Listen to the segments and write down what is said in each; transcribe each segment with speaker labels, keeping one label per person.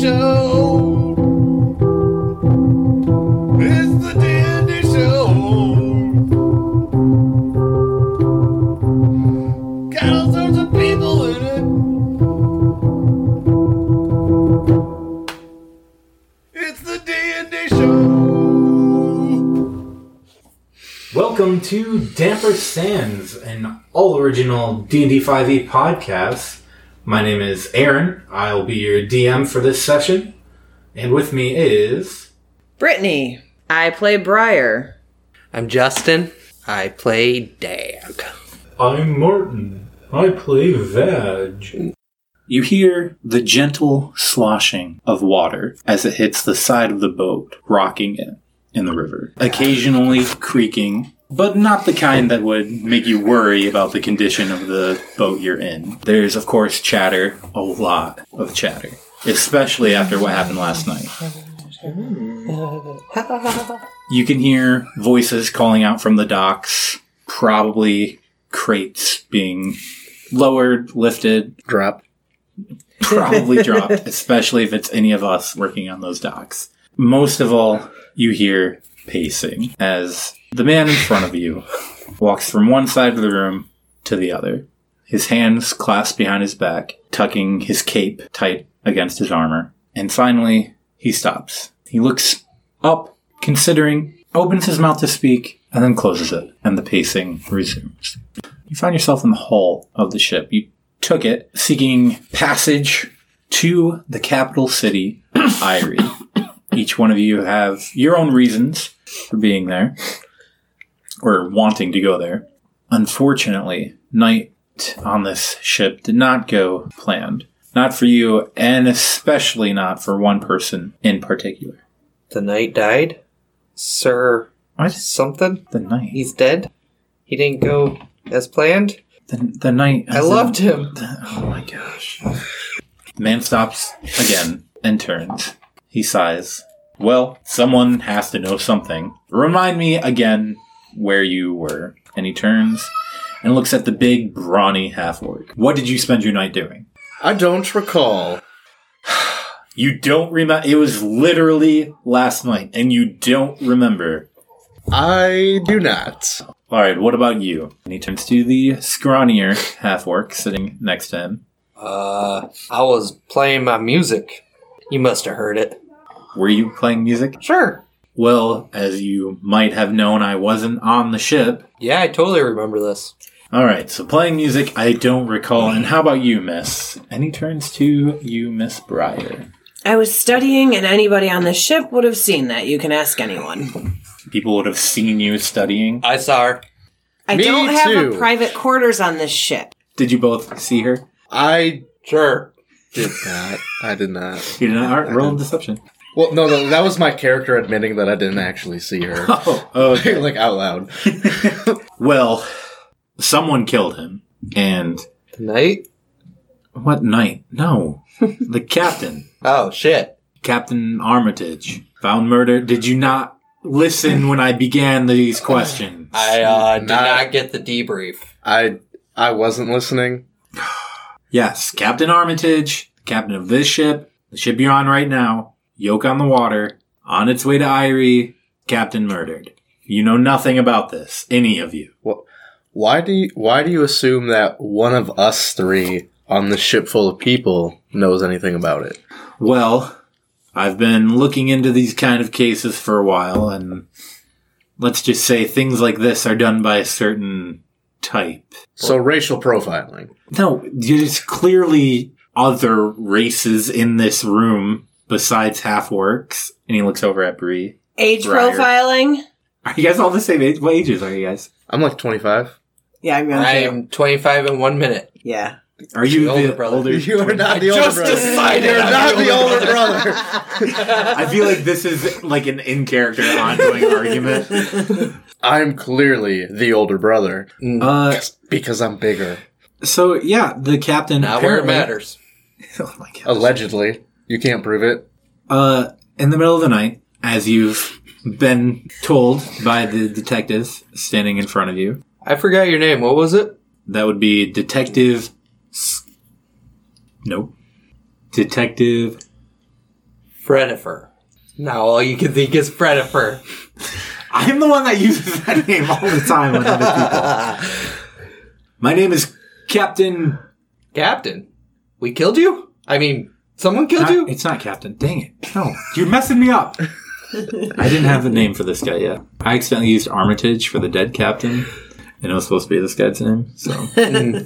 Speaker 1: Show. It's the Dandy Show. Got all sorts of people in it. It's the Dandy Show.
Speaker 2: Welcome to Damper Sands, an all-original D&D 5e E podcast. My name is Aaron. I'll be your DM for this session. And with me is...
Speaker 3: Brittany. I play Briar.
Speaker 4: I'm Justin. I play Dag.
Speaker 2: I'm Martin. I play Vag.
Speaker 5: You hear the gentle sloshing of water as it hits the side of the boat, rocking it in the river, occasionally creaking, but not the kind that would make you worry about the condition of the boat you're in. There's, of course, chatter, a lot of chatter, especially after what happened last night. You can hear voices calling out from the docks, probably crates being lowered, lifted,
Speaker 4: Drop.
Speaker 5: probably dropped, especially if it's any of us working on those docks. Most of all, you hear pacing as the man in front of you walks from one side of the room to the other, his hands clasped behind his back, tucking his cape tight against his armor. And finally, he stops. He looks up, considering, opens his mouth to speak, and then closes it, and the pacing resumes. You found yourself in the hull of the ship. You took it, seeking passage to the capital city, Irie. Each one of you have your own reasons for being there or wanting to go there. Unfortunately, night on this ship did not go planned. Not for you, and especially not for one person in particular.
Speaker 4: The knight died. Sir
Speaker 5: What?
Speaker 4: something.
Speaker 5: The night.
Speaker 4: He's dead. He didn't go as planned.
Speaker 5: The, the night.
Speaker 4: I loved him.
Speaker 5: Oh my gosh. The man stops again and turns. He sighs. Well, someone has to know something. Remind me again where you were. And he turns and looks at the big, brawny half orc. What did you spend your night doing?
Speaker 1: I don't recall.
Speaker 5: You don't remember. It was literally last night, and you don't remember.
Speaker 1: I do not.
Speaker 5: All right, what about you? And he turns to the scrawnier half orc sitting next to him.
Speaker 4: Uh, I was playing my music. You must have heard it.
Speaker 5: Were you playing music?
Speaker 4: Sure.
Speaker 5: Well, as you might have known, I wasn't on the ship.
Speaker 4: Yeah, I totally remember this.
Speaker 5: All right, so playing music, I don't recall. And how about you, Miss? And he turns to you, Miss Briar.
Speaker 3: I was studying, and anybody on the ship would have seen that. You can ask anyone.
Speaker 5: People would have seen you studying.
Speaker 4: I saw her.
Speaker 3: I
Speaker 1: Me
Speaker 3: don't have
Speaker 1: too.
Speaker 3: a private quarters on this ship.
Speaker 5: Did you both see her?
Speaker 1: I
Speaker 4: Sure.
Speaker 1: did not. I did not.
Speaker 5: You did not. All right, roll deception.
Speaker 1: Well, no, no, that was my character admitting that I didn't actually see her.
Speaker 5: Oh, okay.
Speaker 1: like out loud.
Speaker 5: well, someone killed him, and
Speaker 4: The knight.
Speaker 5: what night? No, the captain,
Speaker 4: Oh shit.
Speaker 5: Captain Armitage, found murder. Did you not listen when I began these questions?
Speaker 4: I uh, did
Speaker 1: Nah.
Speaker 4: not get the debrief.
Speaker 1: I I wasn't listening.
Speaker 5: Yes, Captain Armitage, captain of this ship, the ship you're on right now, yoke on the water, on its way to Irie, captain murdered. You know nothing about this, any of you.
Speaker 1: Why do you why do you assume that one of us three on the ship full of people knows anything about it?
Speaker 5: Well, I've been looking into these kind of cases for a while, and let's just say things like this are done by a certain type.
Speaker 1: So racial profiling.
Speaker 5: No, there's clearly other races in this room besides half works. And he looks over at Bree.
Speaker 3: Age
Speaker 5: Briar.
Speaker 3: profiling.
Speaker 5: Are you guys all the same age? What ages are you guys?
Speaker 1: I'm like 25.
Speaker 3: Yeah,
Speaker 4: I
Speaker 3: I'm going to.
Speaker 4: am 25 in one minute.
Speaker 3: Yeah.
Speaker 5: Are you
Speaker 4: The older
Speaker 5: the
Speaker 4: brother.
Speaker 5: older?
Speaker 1: You are not the older
Speaker 4: just
Speaker 1: brother.
Speaker 4: decided
Speaker 1: You're
Speaker 4: I'm
Speaker 1: not
Speaker 4: the
Speaker 1: the
Speaker 4: older
Speaker 1: older brother.
Speaker 5: I feel like this is like an in character ongoing argument.
Speaker 1: I'm clearly the older brother
Speaker 5: Uh,
Speaker 1: because I'm bigger.
Speaker 5: so yeah, the captain.
Speaker 4: Not where it
Speaker 5: apparently-
Speaker 4: matters.
Speaker 5: Oh my god.
Speaker 1: Allegedly, you can't prove it.
Speaker 5: Uh, in the middle of the night, as you've been told by the detectives standing in front of you,
Speaker 4: I forgot your name. What was it?
Speaker 5: that would be detective. S- Nope. Detective
Speaker 4: Frenifer. Now all you can think is Frenifer.
Speaker 6: I'm the one that uses that name all the time with other people. My name is Captain.
Speaker 4: Captain, we killed you? I mean, someone killed
Speaker 6: Not-
Speaker 4: you?
Speaker 6: it's not Captain. Dang it! No, you're messing me up.
Speaker 5: I didn't have the name for this guy yet. I accidentally used Armitage for the dead captain, and it was supposed to be this guy's name. So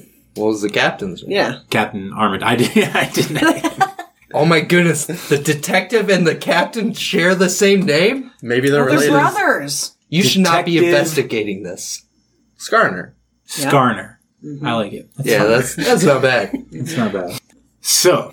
Speaker 4: What was the captain's name?
Speaker 7: Yeah.
Speaker 5: Captain Armitage. I did. I didn't.
Speaker 4: Oh my goodness, the detective and the captain share the same name?
Speaker 1: Maybe they're
Speaker 3: They're
Speaker 1: related.
Speaker 3: brothers.
Speaker 4: You should not be
Speaker 6: Detective-
Speaker 4: investigating this.
Speaker 1: Scarner.
Speaker 5: Scarner.
Speaker 6: Mm-hmm.
Speaker 5: I like it. That's
Speaker 4: Yeah,
Speaker 5: fine.
Speaker 4: that's that's not bad.
Speaker 5: It's not bad. So,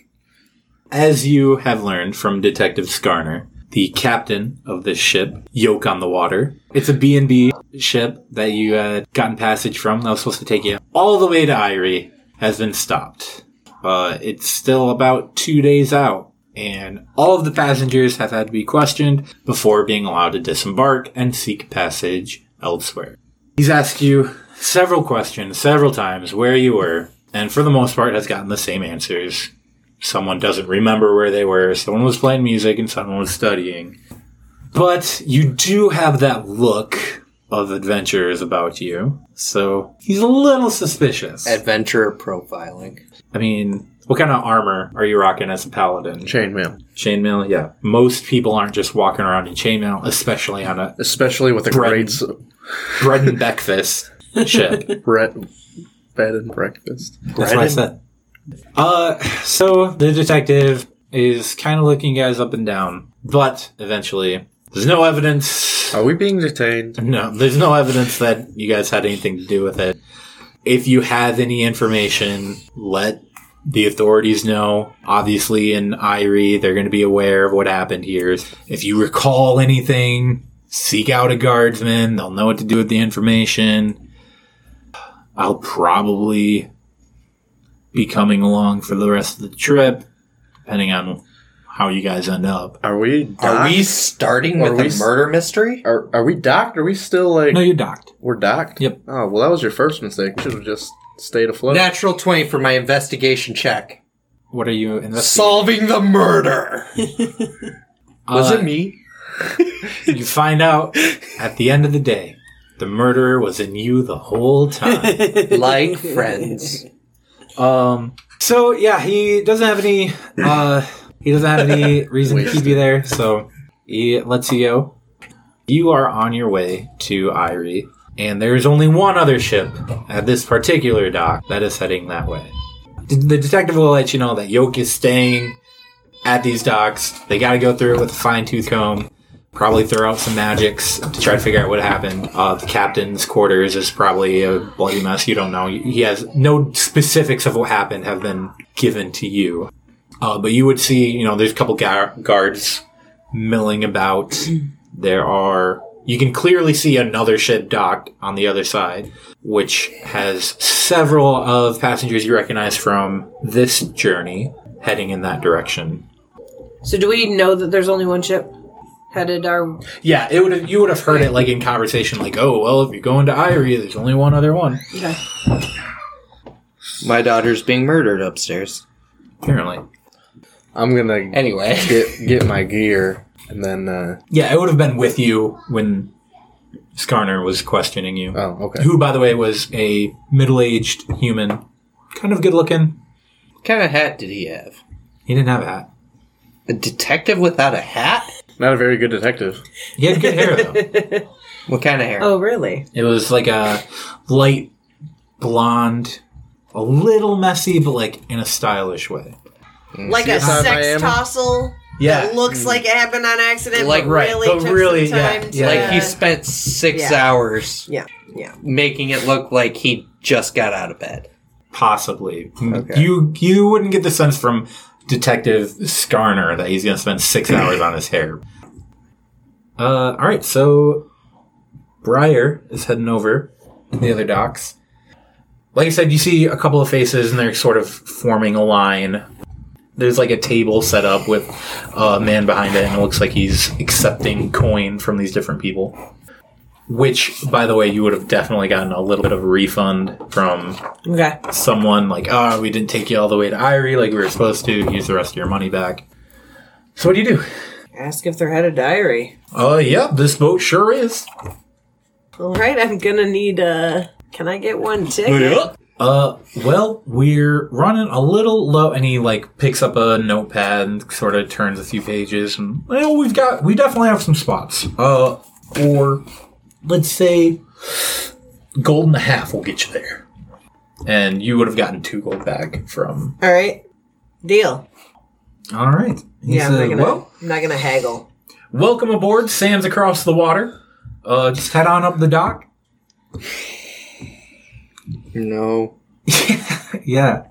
Speaker 5: as you have learned from Detective Scarner, the captain of this ship, Yoke on the Water, it's a B&B ship that you had gotten passage from that was supposed to take you all the way to Irie, has been stopped. Uh, it's still about two days out, and all of the passengers have had to be questioned before being allowed to disembark and seek passage elsewhere. He's asked you several questions, several times, where you were, and for the most part has gotten the same answers. Someone doesn't remember where they were, someone was playing music, and someone was studying. But you do have that look of adventurers about you, so he's a little suspicious.
Speaker 4: Adventurer profiling.
Speaker 5: I mean, what kind of armor are you rocking as a paladin?
Speaker 1: Chainmail.
Speaker 5: Chainmail, yeah. Most people aren't just walking around in chainmail, especially on a
Speaker 1: Especially with a
Speaker 5: Bread.
Speaker 1: great s-
Speaker 5: bread and breakfast ship.
Speaker 1: bre- bed and breakfast.
Speaker 5: That's what I said. Uh, so the detective is kind of looking you guys up and down, but eventually, there's no evidence.
Speaker 1: Are we being detained?
Speaker 5: No, there's no evidence that you guys had anything to do with it. If you have any information, let the authorities know. Obviously, in Irie, they're going to be aware of what happened here. If you recall anything, seek out a guardsman. They'll know what to do with the information. I'll probably be coming along for the rest of the trip, depending on how you guys end up.
Speaker 1: Are we docked?
Speaker 4: Are we starting
Speaker 1: Are
Speaker 4: with
Speaker 1: we
Speaker 4: a
Speaker 1: s-
Speaker 4: murder mystery?
Speaker 1: Are, are we docked? Are we still like
Speaker 5: No, you're docked.
Speaker 1: we're docked?
Speaker 5: Yep.
Speaker 1: Oh well, that was your first mistake. Should have just stayed afloat.
Speaker 4: Natural 20 for my investigation check.
Speaker 5: What are you investigating?
Speaker 4: Solving the murder.
Speaker 1: was
Speaker 5: Uh,
Speaker 1: it me?
Speaker 5: You find out at the end of the day, the murderer was in you the whole time.
Speaker 4: Uh, like friends.
Speaker 5: um, so yeah, he doesn't have any. Uh, he doesn't have any reason to keep you there, so he lets you go. You are on your way to Irie, and there is only one other ship at this particular dock that is heading that way. D- The detective will let you know that Yoke is staying at these docks. They got to go through it with a fine tooth comb. Probably throw out some magics to try to figure out what happened. Uh, the captain's quarters is probably a bloody mess. You don't know. He has no specifics of what happened have been given to you. Uh, but you would see, you know, there's a couple gar- guards milling about. There are. You can clearly see another ship docked on the other side, which has several of passengers you recognize from this journey heading in that direction.
Speaker 3: So do we know that there's only one ship headed our?
Speaker 5: Yeah, it would have, you would have heard it like in conversation, like, oh well, if you're going to Irie, there's only one other one.
Speaker 4: My daughter's being murdered upstairs.
Speaker 5: Apparently,
Speaker 1: I'm gonna
Speaker 4: Anyway,
Speaker 1: get get my gear and then. uh
Speaker 5: yeah, it would have been with you when Skarner was questioning you,
Speaker 1: Oh okay.
Speaker 5: who, by the way, was a middle-aged human, kind of good-looking.
Speaker 4: what kind of hat did he have?
Speaker 5: He didn't have a hat.
Speaker 4: A detective without a hat?
Speaker 1: Not a very good detective.
Speaker 5: He had good hair though.
Speaker 4: What kind of hair?
Speaker 3: Oh, really?
Speaker 5: It was like a light blonde, a little messy, but like in a stylish way.
Speaker 4: Mm.
Speaker 3: Like a
Speaker 1: CSI
Speaker 3: sex
Speaker 1: Miami?
Speaker 3: tossel that looks like it happened on accident,
Speaker 4: Like,
Speaker 3: but
Speaker 5: right,
Speaker 3: really
Speaker 5: but
Speaker 3: took
Speaker 5: really,
Speaker 3: some
Speaker 5: yeah,
Speaker 3: time
Speaker 5: yeah.
Speaker 3: to.
Speaker 4: Like he spent six
Speaker 3: Yeah.
Speaker 4: hours
Speaker 3: yeah, yeah.
Speaker 4: making it look like he just got out of bed.
Speaker 5: possibly. You you wouldn't get the sense from Detective Scarner that he's going to spend six hours on his hair. Uh, all right, so Briar is heading over to the other docks. Like I said, you see a couple of faces, and they're sort of forming a line. There's like a table set up with a man behind it, and it looks like he's accepting coin from these different people. Which, by the way, you would have definitely gotten a little bit of a refund from
Speaker 3: Okay.
Speaker 5: someone like, ah, we didn't take you all the way to Irie like we were supposed to. Use the rest of your money back.
Speaker 8: So what do you do?
Speaker 9: Ask if they're had a diary.
Speaker 8: Uh, yeah, this boat sure is.
Speaker 9: All right, I'm gonna need
Speaker 3: uh,
Speaker 9: a. Can I get one ticket?
Speaker 8: Uh, well, we're running a little low, and he like picks up a notepad and sort of turns a few pages, and well, we've got we definitely have some spots. Uh, or let's say gold and a half will get you there, and you would have gotten two gold back from.
Speaker 9: All right, deal.
Speaker 8: All right. He
Speaker 9: Yeah, I'm
Speaker 8: said,
Speaker 9: not gonna.
Speaker 8: well,
Speaker 9: I'm not gonna haggle.
Speaker 8: welcome aboard. Sam's across the water. Uh, just head on up the dock.
Speaker 4: No,
Speaker 8: Yeah,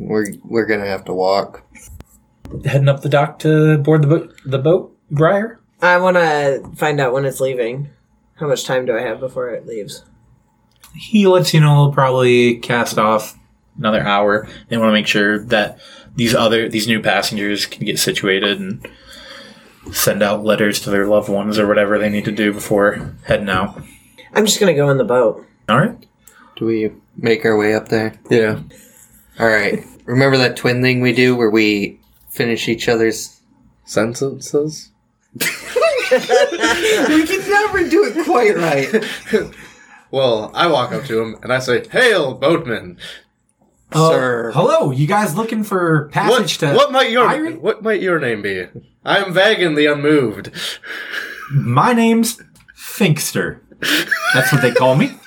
Speaker 4: we're we're gonna have to walk.
Speaker 8: heading up the dock to board the boat. The boat, Briar.
Speaker 9: I want to find out when it's leaving. How much time do I have before it leaves?
Speaker 8: he lets you know he'll probably cast off another hour. They want to make sure that these other these new passengers can get situated and send out letters to their loved ones or whatever they need to do before heading out.
Speaker 9: I'm just gonna go in the boat.
Speaker 8: All right.
Speaker 4: Do we make our way up there?
Speaker 1: Yeah.
Speaker 4: All right. Remember that twin thing we do where we finish each other's.
Speaker 1: Sentences?
Speaker 4: We can never do it quite right.
Speaker 1: Well, I walk up to him and I say, Hail, boatman!
Speaker 8: Uh,
Speaker 4: Sir.
Speaker 5: Hello, you guys looking for
Speaker 1: What,
Speaker 5: passage to
Speaker 1: what might your
Speaker 5: Iron?
Speaker 1: what might your name be? I am Vagan the Unmoved.
Speaker 5: My name's Finkster. That's what they call me.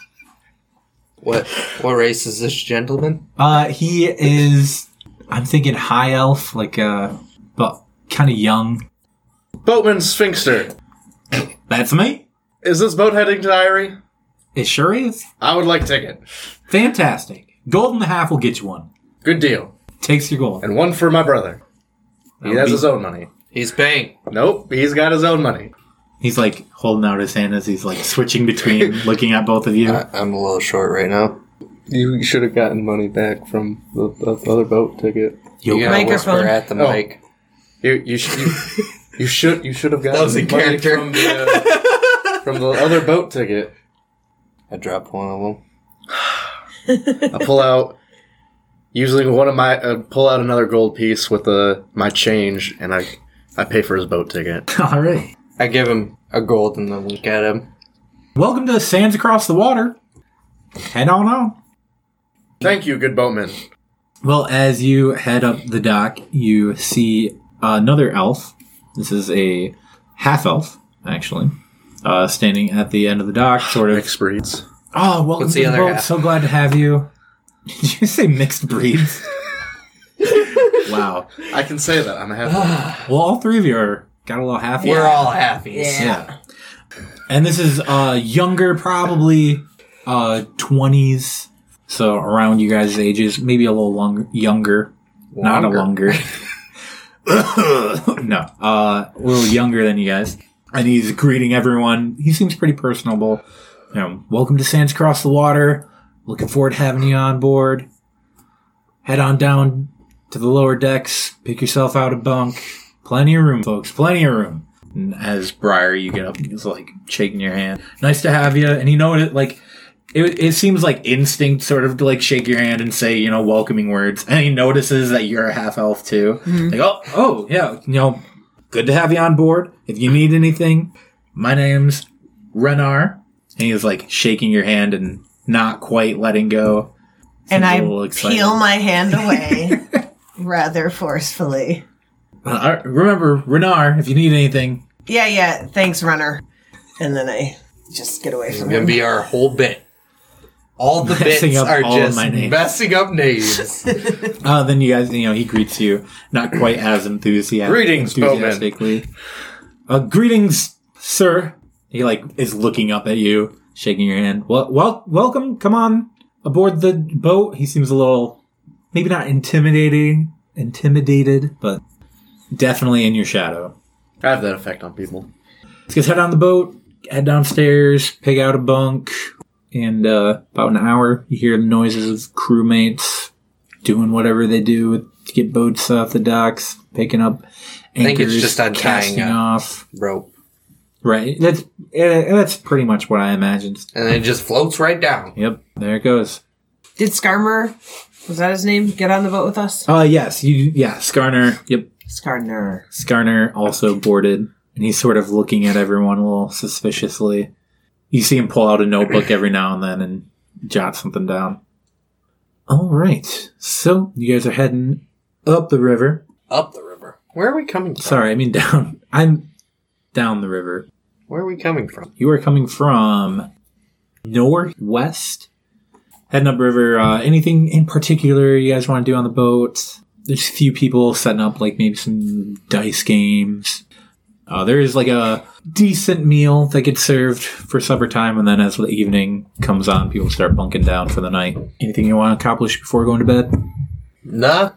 Speaker 4: What what race is this gentleman?
Speaker 5: Uh, he is. I'm thinking high elf, like uh, but kind of young.
Speaker 1: Boatman Sphinxter.
Speaker 5: That's me.
Speaker 1: Is this boat heading to Irie?
Speaker 5: It sure is.
Speaker 1: I would like ticket.
Speaker 5: Fantastic. Gold and a half will get you one.
Speaker 1: Good deal.
Speaker 5: Takes your gold.
Speaker 1: And one for my brother. He has his own money.
Speaker 4: He's paying.
Speaker 1: Nope, he's got his own money.
Speaker 5: He's like holding out his hand as he's like switching between looking at both of you.
Speaker 4: I, I'm a little short right now.
Speaker 1: You should have gotten money back from the, the other boat ticket.
Speaker 4: You gotta
Speaker 9: Microphone.
Speaker 4: whisper at the
Speaker 1: Oh.
Speaker 4: mic.
Speaker 1: You you should you, you should you should have gotten
Speaker 4: That was in
Speaker 1: money
Speaker 4: character.
Speaker 1: from the, uh, from the other boat ticket.
Speaker 4: I dropped one of them.
Speaker 1: I pull out usually one of my uh, pull out another gold piece with uh, my change, and I I pay for his boat ticket.
Speaker 5: All right.
Speaker 4: I give him a gold and then look at him.
Speaker 5: Welcome to Sands Across the Water. Head on on.
Speaker 1: Thank you, good boatman.
Speaker 5: Well, as you head up the dock, you see another elf. This is a half elf, actually, uh, standing at the end of the dock, sort of.
Speaker 1: Mixed breeds.
Speaker 5: Oh, welcome
Speaker 4: What's
Speaker 5: to
Speaker 4: the
Speaker 5: the
Speaker 4: other
Speaker 5: boat.
Speaker 4: half?
Speaker 5: So glad to have you. Did you say mixed breeds? wow.
Speaker 1: I can say that I'm a half.
Speaker 5: Well, all three of you are got a little half.
Speaker 4: We're all happy.
Speaker 5: Yeah. And this is uh younger, probably uh twenties, so around you guys' ages, maybe a little longer, younger, not a longer. no, uh, a little younger than you guys. And he's greeting everyone. He seems pretty personable. You know, welcome to Sands Across the Water. Looking forward to having you on board. Head on down to the lower decks. Pick yourself out a bunk. Plenty of room, folks. Plenty of room. And as Briar, you get up and he's like shaking your hand. Nice to have you. And you know it like it, it seems like instinct sort of to like shake your hand and say, you know, welcoming words. And he notices that you're a half elf too.
Speaker 3: Mm-hmm.
Speaker 5: Like, oh, oh, yeah, you know, good to have you on board. If you need anything, my name's Renar. And he's like shaking your hand and not quite letting go. Seems
Speaker 3: and
Speaker 5: a
Speaker 3: I
Speaker 5: little excited.
Speaker 3: peel my hand away rather forcefully.
Speaker 5: Uh, remember, Renar, if you need anything,
Speaker 3: Yeah, yeah. Thanks, runner. And then I just get away
Speaker 4: It's
Speaker 3: from
Speaker 4: gonna
Speaker 3: him.
Speaker 4: be our whole bit. All the
Speaker 5: Messing
Speaker 4: bits
Speaker 5: up
Speaker 4: are
Speaker 5: all of
Speaker 4: just
Speaker 5: my names.
Speaker 4: messing up names.
Speaker 5: Uh, then you guys, you know, he greets you not quite as enthusiastic.
Speaker 1: Greetings, Bowman.
Speaker 5: enthusiastically. Uh, greetings, sir. He like is looking up at you, shaking your hand. Well, well, welcome. Come on aboard the boat. He seems a little, maybe not intimidating, intimidated, but definitely in your shadow.
Speaker 1: I have that effect on people.
Speaker 5: Let's just head on the boat, head downstairs, pick out a bunk, and uh, about an hour, you hear the noises of crewmates doing whatever they do to get boats off the docks, picking up anchors,
Speaker 4: think it's just untying
Speaker 5: casting
Speaker 4: a-
Speaker 5: off.
Speaker 4: Rope.
Speaker 5: Right. That's eh, that's pretty much what I imagined.
Speaker 4: And it just floats right down.
Speaker 5: Yep, there it goes.
Speaker 9: Did Skarmer, was that his name, get on the boat with us?
Speaker 5: Uh, Oh yes, you yeah, Skarner. Yep,
Speaker 3: Scarner.
Speaker 5: Skarner also boarded, and he's sort of looking at everyone a little suspiciously. You see him pull out a notebook every now and then and jot something down. All right, so you guys are heading up the river.
Speaker 4: Up the river. Where are we coming from?
Speaker 5: Sorry, I mean down. I'm down the river.
Speaker 4: Where are we coming from?
Speaker 5: You are coming from northwest, heading up river. Uh, anything in particular you guys want to do on the boat? There's a few people setting up like maybe some dice games. Uh, there is like a decent meal that gets served for supper time, and then as the evening comes on, people start bunking down for the night. Anything you want to accomplish before going to bed?
Speaker 4: Nah.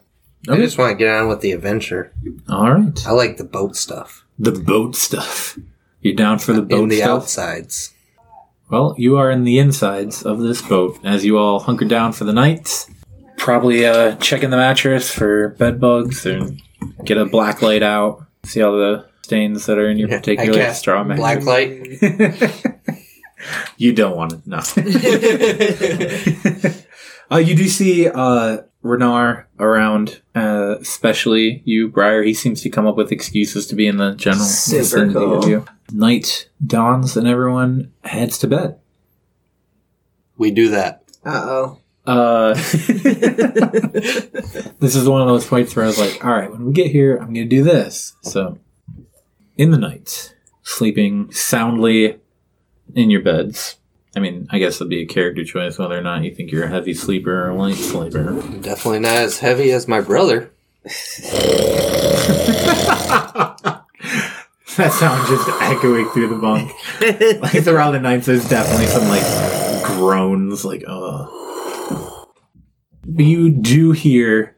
Speaker 4: I
Speaker 5: Okay.
Speaker 4: just want to get on with the adventure.
Speaker 5: All right,
Speaker 4: I like the boat stuff.
Speaker 5: the boat stuff. You're down for the boat
Speaker 4: in the
Speaker 5: stuff.
Speaker 4: outsides.
Speaker 5: Well, you are in the insides of this boat as you all hunker down for the night. Probably uh, checking the mattress for bed bugs and get a black light out. See all the stains that are in your
Speaker 4: I
Speaker 5: particular
Speaker 4: cast
Speaker 5: straw mattress.
Speaker 4: black light.
Speaker 5: You don't want it. No. uh, you do see uh, Renar around, uh, especially you, Briar. He seems to come up with excuses to be in the general
Speaker 9: Super
Speaker 5: vicinity of
Speaker 9: cool.
Speaker 5: you. Night dawns and everyone heads to bed.
Speaker 4: We do that.
Speaker 9: Uh oh.
Speaker 5: Uh, this is one of those points where I was like, all right, when we get here, I'm going to do this. So, in the night, sleeping soundly in your beds. I mean, I guess it'd be a character choice whether or not you think you're a heavy sleeper or a light sleeper.
Speaker 4: Definitely not as heavy as my brother.
Speaker 5: That sound just echoing through the bunk. like throughout the night, there's definitely some like groans, like uh. But you do hear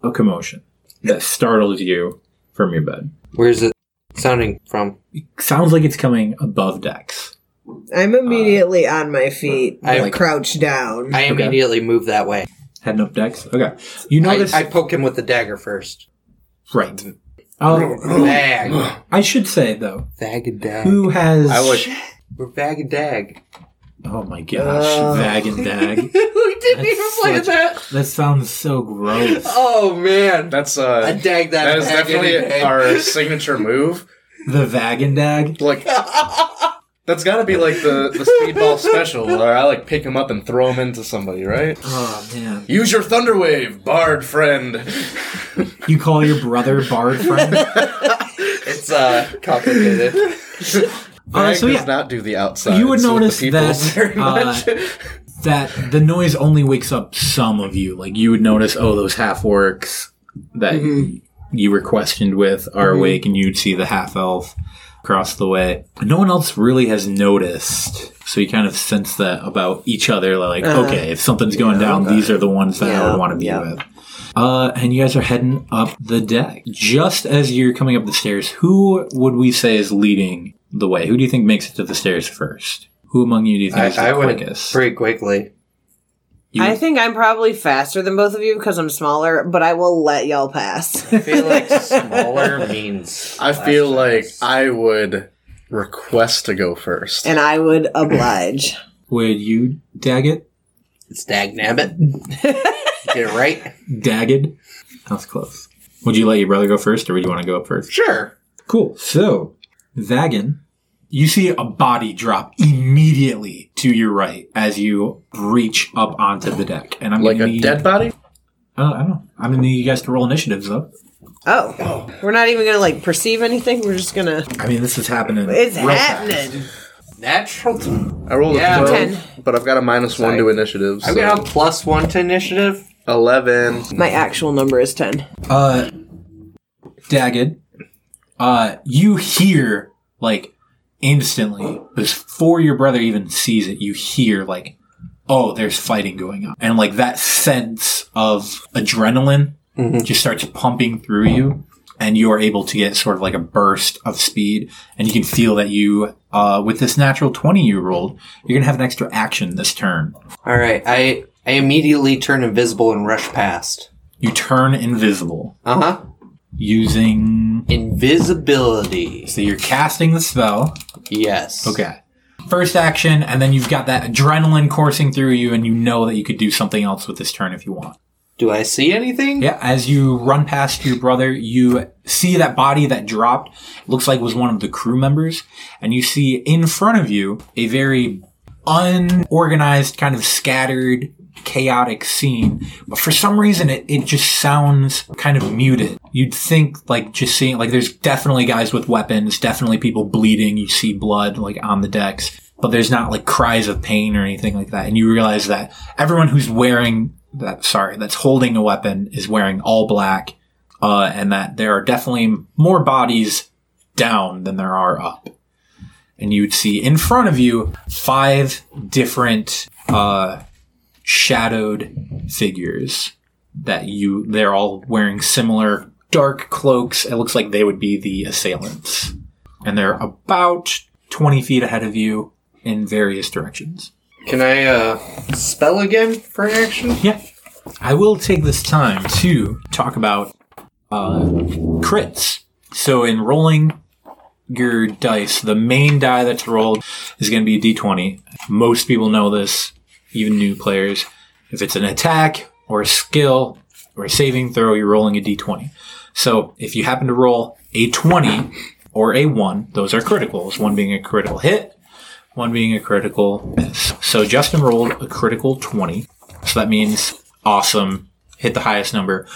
Speaker 5: a commotion that startles you from your bed.
Speaker 4: Where's it sounding from?
Speaker 5: Sounds like it's coming above decks.
Speaker 9: I'm immediately on my feet.
Speaker 4: I-
Speaker 9: I crouch down.
Speaker 4: I immediately move that way.
Speaker 5: Heading up decks. Okay, you
Speaker 4: I,
Speaker 5: notice
Speaker 4: I poke him with the dagger first.
Speaker 5: right. Oh,
Speaker 4: Bag.
Speaker 5: I should say though,
Speaker 4: Vag and dag.
Speaker 5: who has?
Speaker 1: I would.
Speaker 4: We're vag and dag.
Speaker 5: Oh my gosh,
Speaker 4: Uh.
Speaker 5: vag and dag.
Speaker 4: we didn't
Speaker 5: That's
Speaker 4: even play
Speaker 5: such-
Speaker 4: that.
Speaker 5: that sounds so gross.
Speaker 4: Oh man.
Speaker 1: That's
Speaker 4: I
Speaker 1: uh,
Speaker 4: dag that.
Speaker 1: that is
Speaker 4: vag and
Speaker 1: definitely
Speaker 4: dag.
Speaker 1: our signature move.
Speaker 5: The vag and dag.
Speaker 1: Like, that's got to be like the the speedball special where I like pick him up and throw him into somebody, right?
Speaker 5: Oh man,
Speaker 1: Use your thunder wave, bard friend.
Speaker 5: Uh, you call your brother Bard friend.
Speaker 4: It's uh complicated.
Speaker 1: Vag
Speaker 5: so
Speaker 1: does
Speaker 5: yeah.
Speaker 1: not do the outside.
Speaker 5: you would notice
Speaker 1: the people
Speaker 5: that
Speaker 1: very much.
Speaker 5: uh, that the noise only wakes up some of you. Like you would notice, oh, those half orcs that you were questioned with are awake, and you'd see the half elf across the way. No one else really has noticed, so you kind of sense that about each other. Like, okay, if something's going down, these are the ones that I
Speaker 9: Yeah,
Speaker 5: would want to be with. Uh, and you guys are heading up the deck. Just as you're coming up the stairs, who would we say is leading the way? Who do you think makes it to the stairs first? Who among you do you think is the
Speaker 4: I, I went
Speaker 5: quickest?
Speaker 4: pretty quickly.
Speaker 5: You-
Speaker 3: I think I'm probably faster than both of you because I'm smaller, but I will let y'all pass.
Speaker 4: I feel like smaller means.
Speaker 1: I feel like I would request to go first.
Speaker 3: and I would oblige.
Speaker 5: Would you Daggett?
Speaker 4: It's dag nabbit. Get it right?
Speaker 5: Dagged? That was close. Would you let your brother go first, or would you want to go up first?
Speaker 4: Sure.
Speaker 5: Cool. So, Vagan, you see a body drop immediately to your right as you reach up onto the deck, and I'm
Speaker 1: Like
Speaker 5: gonna
Speaker 1: a
Speaker 5: need-
Speaker 1: dead body?
Speaker 5: Uh, I don't know. I'm gonna need you guys to roll initiatives though.
Speaker 3: Oh, we're not even gonna like perceive anything. We're just gonna.
Speaker 5: I mean, this is happening.
Speaker 3: It's
Speaker 5: real fast.
Speaker 3: happening.
Speaker 4: Natural. T-
Speaker 1: I rolled
Speaker 4: Yeah.
Speaker 1: a 12,
Speaker 3: Ten.
Speaker 1: but I've got a minus one to initiative. so
Speaker 4: I'm gonna have plus one to initiative.
Speaker 1: 11.
Speaker 3: My actual number is ten.
Speaker 5: Uh, Dagged, uh, you hear like instantly before your brother even sees it. You hear like, oh, there's fighting going on, and like that sense of adrenaline just starts pumping through you, and you are able to get sort of like a burst of speed, and you can feel that you, uh, with this natural twenty you rolled, you're gonna have an extra action this turn.
Speaker 4: All right. I I immediately turn invisible and rush past.
Speaker 5: You turn invisible
Speaker 4: Uh huh.
Speaker 5: using.
Speaker 4: Invisibility.
Speaker 5: So you're casting the spell.
Speaker 4: Yes.
Speaker 5: Okay. First action, and then you've got that adrenaline coursing through you, and you know that you could do something else with this turn if you want.
Speaker 4: Do I see anything?
Speaker 5: Yeah, as you run past your brother, you see that body that dropped. Looks like was one of the crew members, and you see in front of you a very unorganized, kind of scattered, chaotic scene. But for some reason, it, it just sounds kind of muted. You'd think like just seeing like there's definitely guys with weapons, definitely people bleeding. You see blood like on the decks. But there's not like cries of pain or anything like that. And you realize that everyone who's wearing that sorry that's holding a weapon is wearing all black uh, and that there are definitely more bodies down than there are up and you'd see in front of you five different uh, shadowed figures that you they're all wearing similar dark cloaks it looks like they would be the assailants and they're about 20 feet ahead of you in various directions
Speaker 4: Can I uh, spell again for action?
Speaker 5: Yeah. I will take this time to talk about uh, crits. So, in rolling your dice, the main die that's rolled is going to be a d20. Most people know this, even new players. If it's an attack or a skill or a saving throw, you're rolling a d20. So, if you happen to roll a 20 or a 1, those are criticals, one being a critical hit, one being a critical miss. So, Justin rolled a critical 20. So that means awesome, hit the highest number.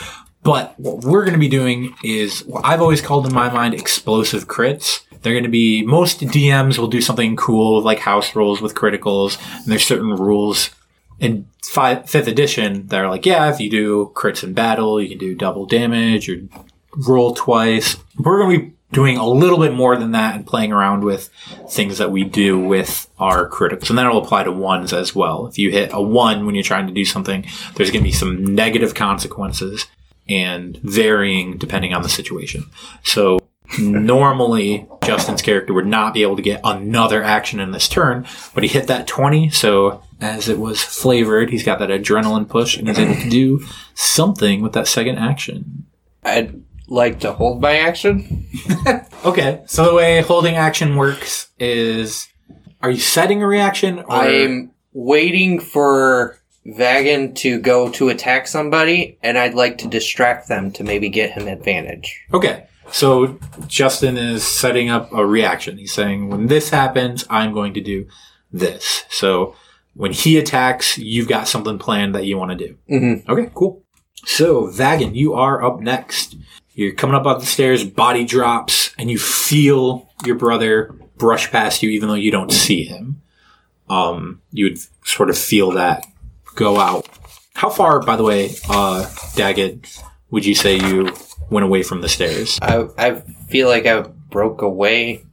Speaker 5: But what we're going to be doing is what I've always called in my mind explosive crits. They're going to be most DMs will do something cool like house rolls with criticals, and there's certain rules in five, fifth edition that are like, yeah, if you do crits in battle, you can do double damage or roll twice. We're going to be doing a little bit more than that and playing around with things that we do with our critics. And that'll apply to ones as well. If you hit a one when you're trying to do something, there's going to be some negative consequences and varying depending on the situation. So normally Justin's character would not be able to get another action in this turn, but he hit that 20. So as it was flavored, he's got that adrenaline push and he's able to do something with that second action.
Speaker 4: I'd like to hold my action.
Speaker 5: Okay, so the way holding action works is are you setting a reaction? Or,
Speaker 4: I'm waiting for Vagan to go to attack somebody, and I'd like to distract them to maybe get him advantage.
Speaker 5: Okay, so Justin is setting up a reaction. He's saying, when this happens, I'm going to do this. So when he attacks, you've got something planned that you want to do. Mm-hmm. Okay, cool. So, Vagan, you are up next. You're coming up out the stairs, body drops, and you feel your brother brush past you, even though you don't see him. Um, you would sort of feel that go out. How far, by the way, uh, Daggett, would you say you went away from the stairs?
Speaker 4: I, I feel like I broke away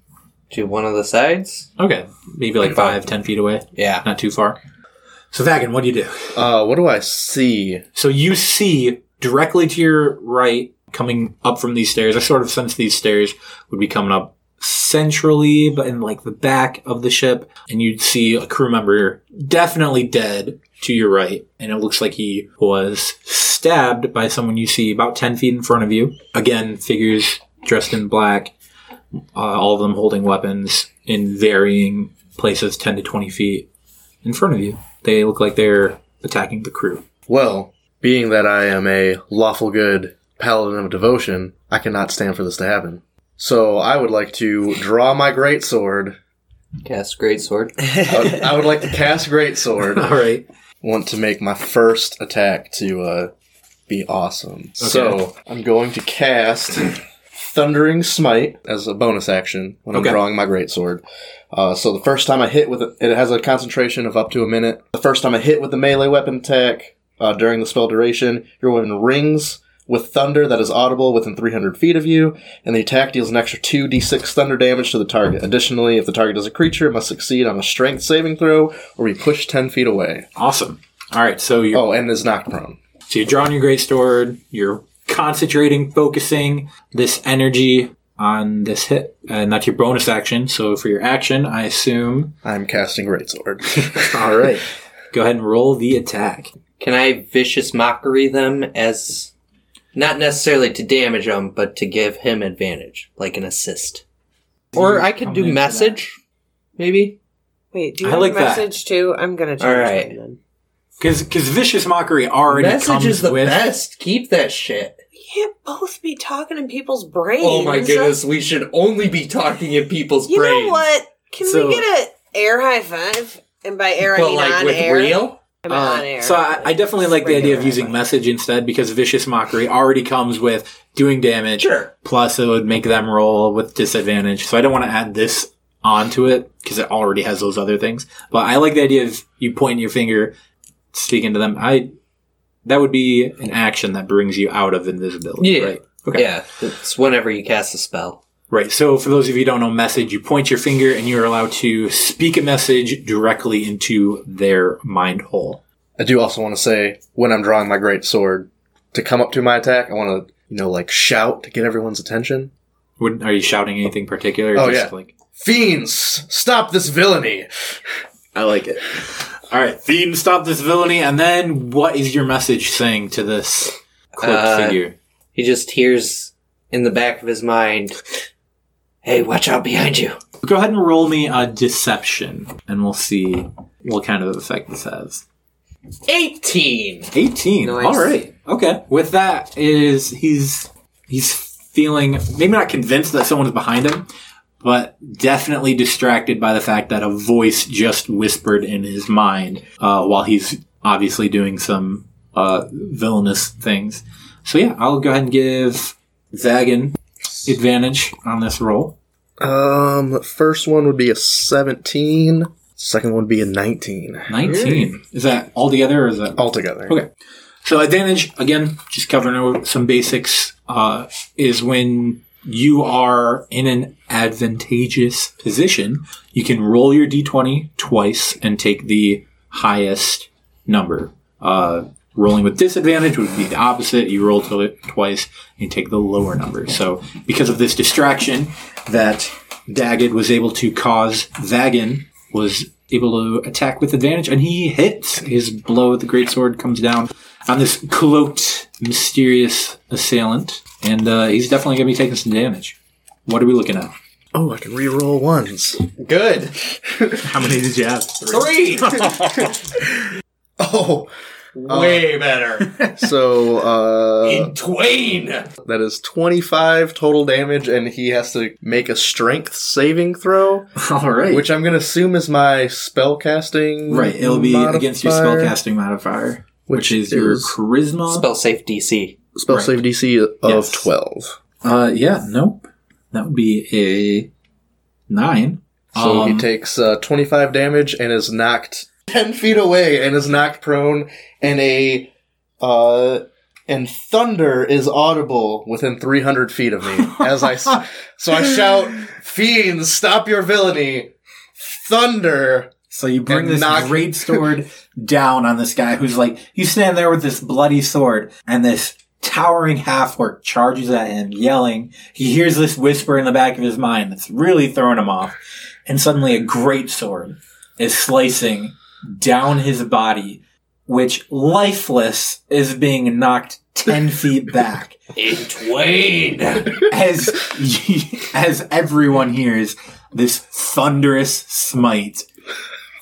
Speaker 4: to one of the sides.
Speaker 5: Okay, maybe like five, ten feet away.
Speaker 4: Yeah.
Speaker 5: Not too far. So, Vagan, what do you do?
Speaker 1: Uh, what do I see?
Speaker 5: So you see directly to your right, coming up from these stairs. I sort of sense these stairs would be coming up centrally, but in like the back of the ship, and you'd see a crew member definitely dead to your right, and it looks like he was stabbed by someone you see about ten feet in front of you. Again, figures dressed in black, uh, all of them holding weapons in varying places, ten to twenty feet in front of you. They look like they're attacking the crew.
Speaker 1: Well, being that I am a lawful good paladin of devotion, I cannot stand for this to happen. So I would like to draw my greatsword.
Speaker 4: Cast great sword.
Speaker 1: I would, I would like to cast greatsword.
Speaker 5: All right.
Speaker 1: Want to make my first attack to uh, be awesome. So I'm going to cast Thundering Smite as a bonus action when
Speaker 5: Okay.
Speaker 1: I'm drawing my greatsword. Uh, so the first time I hit with it, it has a concentration of up to a minute. The first time I hit with the melee weapon attack uh, during the spell duration, your weapon rings with thunder that is audible within 300 feet of you, and the attack deals an extra 2d6 thunder damage to the target. Additionally, if the target is a creature, it must succeed on a strength saving throw or be pushed 10 feet away.
Speaker 5: Awesome. All right, so you're
Speaker 1: Oh, and is knocked prone.
Speaker 5: so you're drawing your great sword. You're concentrating, focusing this energy on this hit, and that's your bonus action. So for your action, I assume.
Speaker 1: I'm casting greatsword.
Speaker 5: All right, go ahead and roll the attack.
Speaker 4: Can I vicious mockery them as not necessarily to damage them, but to give him advantage, like an assist? Or I could do
Speaker 5: into that.
Speaker 4: message, maybe.
Speaker 3: Wait, do
Speaker 5: I
Speaker 3: you have
Speaker 5: like
Speaker 3: a
Speaker 5: that.
Speaker 3: message too? I'm gonna change
Speaker 4: All right.
Speaker 3: mine then.
Speaker 5: Because vicious mockery already
Speaker 4: Message
Speaker 5: comes
Speaker 4: is the
Speaker 5: with
Speaker 4: best. Keep that shit.
Speaker 3: We can't both be talking in people's brains.
Speaker 4: Oh my goodness, we should only be talking in people's
Speaker 3: You
Speaker 4: brains.
Speaker 3: know what? Can
Speaker 5: So-
Speaker 3: we get an air high five? And by air, I
Speaker 4: But
Speaker 3: mean
Speaker 4: like
Speaker 3: on
Speaker 4: with
Speaker 3: air.
Speaker 4: real? Uh,
Speaker 3: I mean on air.
Speaker 5: Uh, So I, I definitely like the idea of using message instead because vicious mockery already comes with doing damage.
Speaker 4: Sure.
Speaker 5: Plus, it would make them roll with disadvantage. So I don't want to add this onto it because it already has those other things. But I like the idea of you pointing your finger, speaking to them. I that would be an action that brings you out of invisibility.
Speaker 4: Yeah.
Speaker 5: Right. Okay.
Speaker 4: Yeah, it's whenever you cast a spell.
Speaker 5: Right. So for those of you who don't know message, you point your finger and you are allowed to speak a message directly into their mind hole.
Speaker 1: I do also want to say when I'm drawing my great sword to come up to my attack, I want to you know like shout to get everyone's attention.
Speaker 5: Would, are you shouting anything particular? or
Speaker 1: Oh,
Speaker 5: just
Speaker 1: yeah.
Speaker 5: Like,
Speaker 1: Fiends, stop this villainy!
Speaker 5: I like it. All right, theme, stop this villainy, and then what is your message saying to this cloaked
Speaker 4: Uh,
Speaker 5: figure?
Speaker 4: He just hears in the back of his mind, "Hey, watch out behind you."
Speaker 5: Go ahead and roll me a deception, and we'll see what kind of effect this has.
Speaker 4: 18.
Speaker 5: 18.
Speaker 9: Nice.
Speaker 5: All right. Okay. With that is he's he's feeling maybe not convinced that someone's behind him, but definitely distracted by the fact that a voice just whispered in his mind uh, while he's obviously doing some uh, villainous things. So yeah, I'll go ahead and give Zagan advantage on this roll.
Speaker 1: Um, the first one would be a 17. Second one would be a 19
Speaker 5: 19. Is that all together or is that
Speaker 1: altogether.
Speaker 5: Okay. So advantage again, just covering over some basics, uh, is when you are in an advantageous position, you can roll your d20 twice and take the highest number. Uh, rolling with disadvantage would be the opposite. You roll till it twice and take the lower number. So because of this distraction that Daggett was able to cause, Vagin was able to attack with advantage, and he hits. His blow with the greatsword comes down on this cloaked, mysterious assailant, and uh, he's definitely going to be taking some damage. What are we looking at?
Speaker 1: Oh, I can reroll ones.
Speaker 4: Good.
Speaker 5: How many did you have?
Speaker 4: Three.
Speaker 1: Oh,
Speaker 4: Way better.
Speaker 1: so uh,
Speaker 4: In twain.
Speaker 1: that is 25 total damage, and he has to make a strength saving throw,
Speaker 5: All right.
Speaker 1: which I'm going to assume is my spell casting.
Speaker 5: right, it'll be against your
Speaker 1: modifier,
Speaker 5: spellcasting modifier, which,
Speaker 1: Which
Speaker 5: is your
Speaker 1: is-
Speaker 5: charisma.
Speaker 4: Spell safe DC.
Speaker 1: Spell
Speaker 5: right.
Speaker 1: save DC of
Speaker 5: Yes.
Speaker 1: 12.
Speaker 5: uh, yeah, nope. That would be a nine.
Speaker 1: So he
Speaker 5: Um,
Speaker 1: takes uh, 25 damage and is knocked 10 feet away and is knocked prone, and a. Uh, and thunder is audible within 300 feet of me as I. s- so I shout, Fiends, stop your villainy! Thunder!
Speaker 5: So you bring
Speaker 1: And
Speaker 5: this
Speaker 1: knock-
Speaker 5: great sword down on this guy who's like, you stand there with this bloody sword, and this towering half orc charges at him, yelling. He hears this whisper in the back of his mind that's really throwing him off, and suddenly a great sword is slicing down his body, which lifeless is being knocked ten feet back
Speaker 4: In twain.
Speaker 5: as as everyone hears this thunderous smite,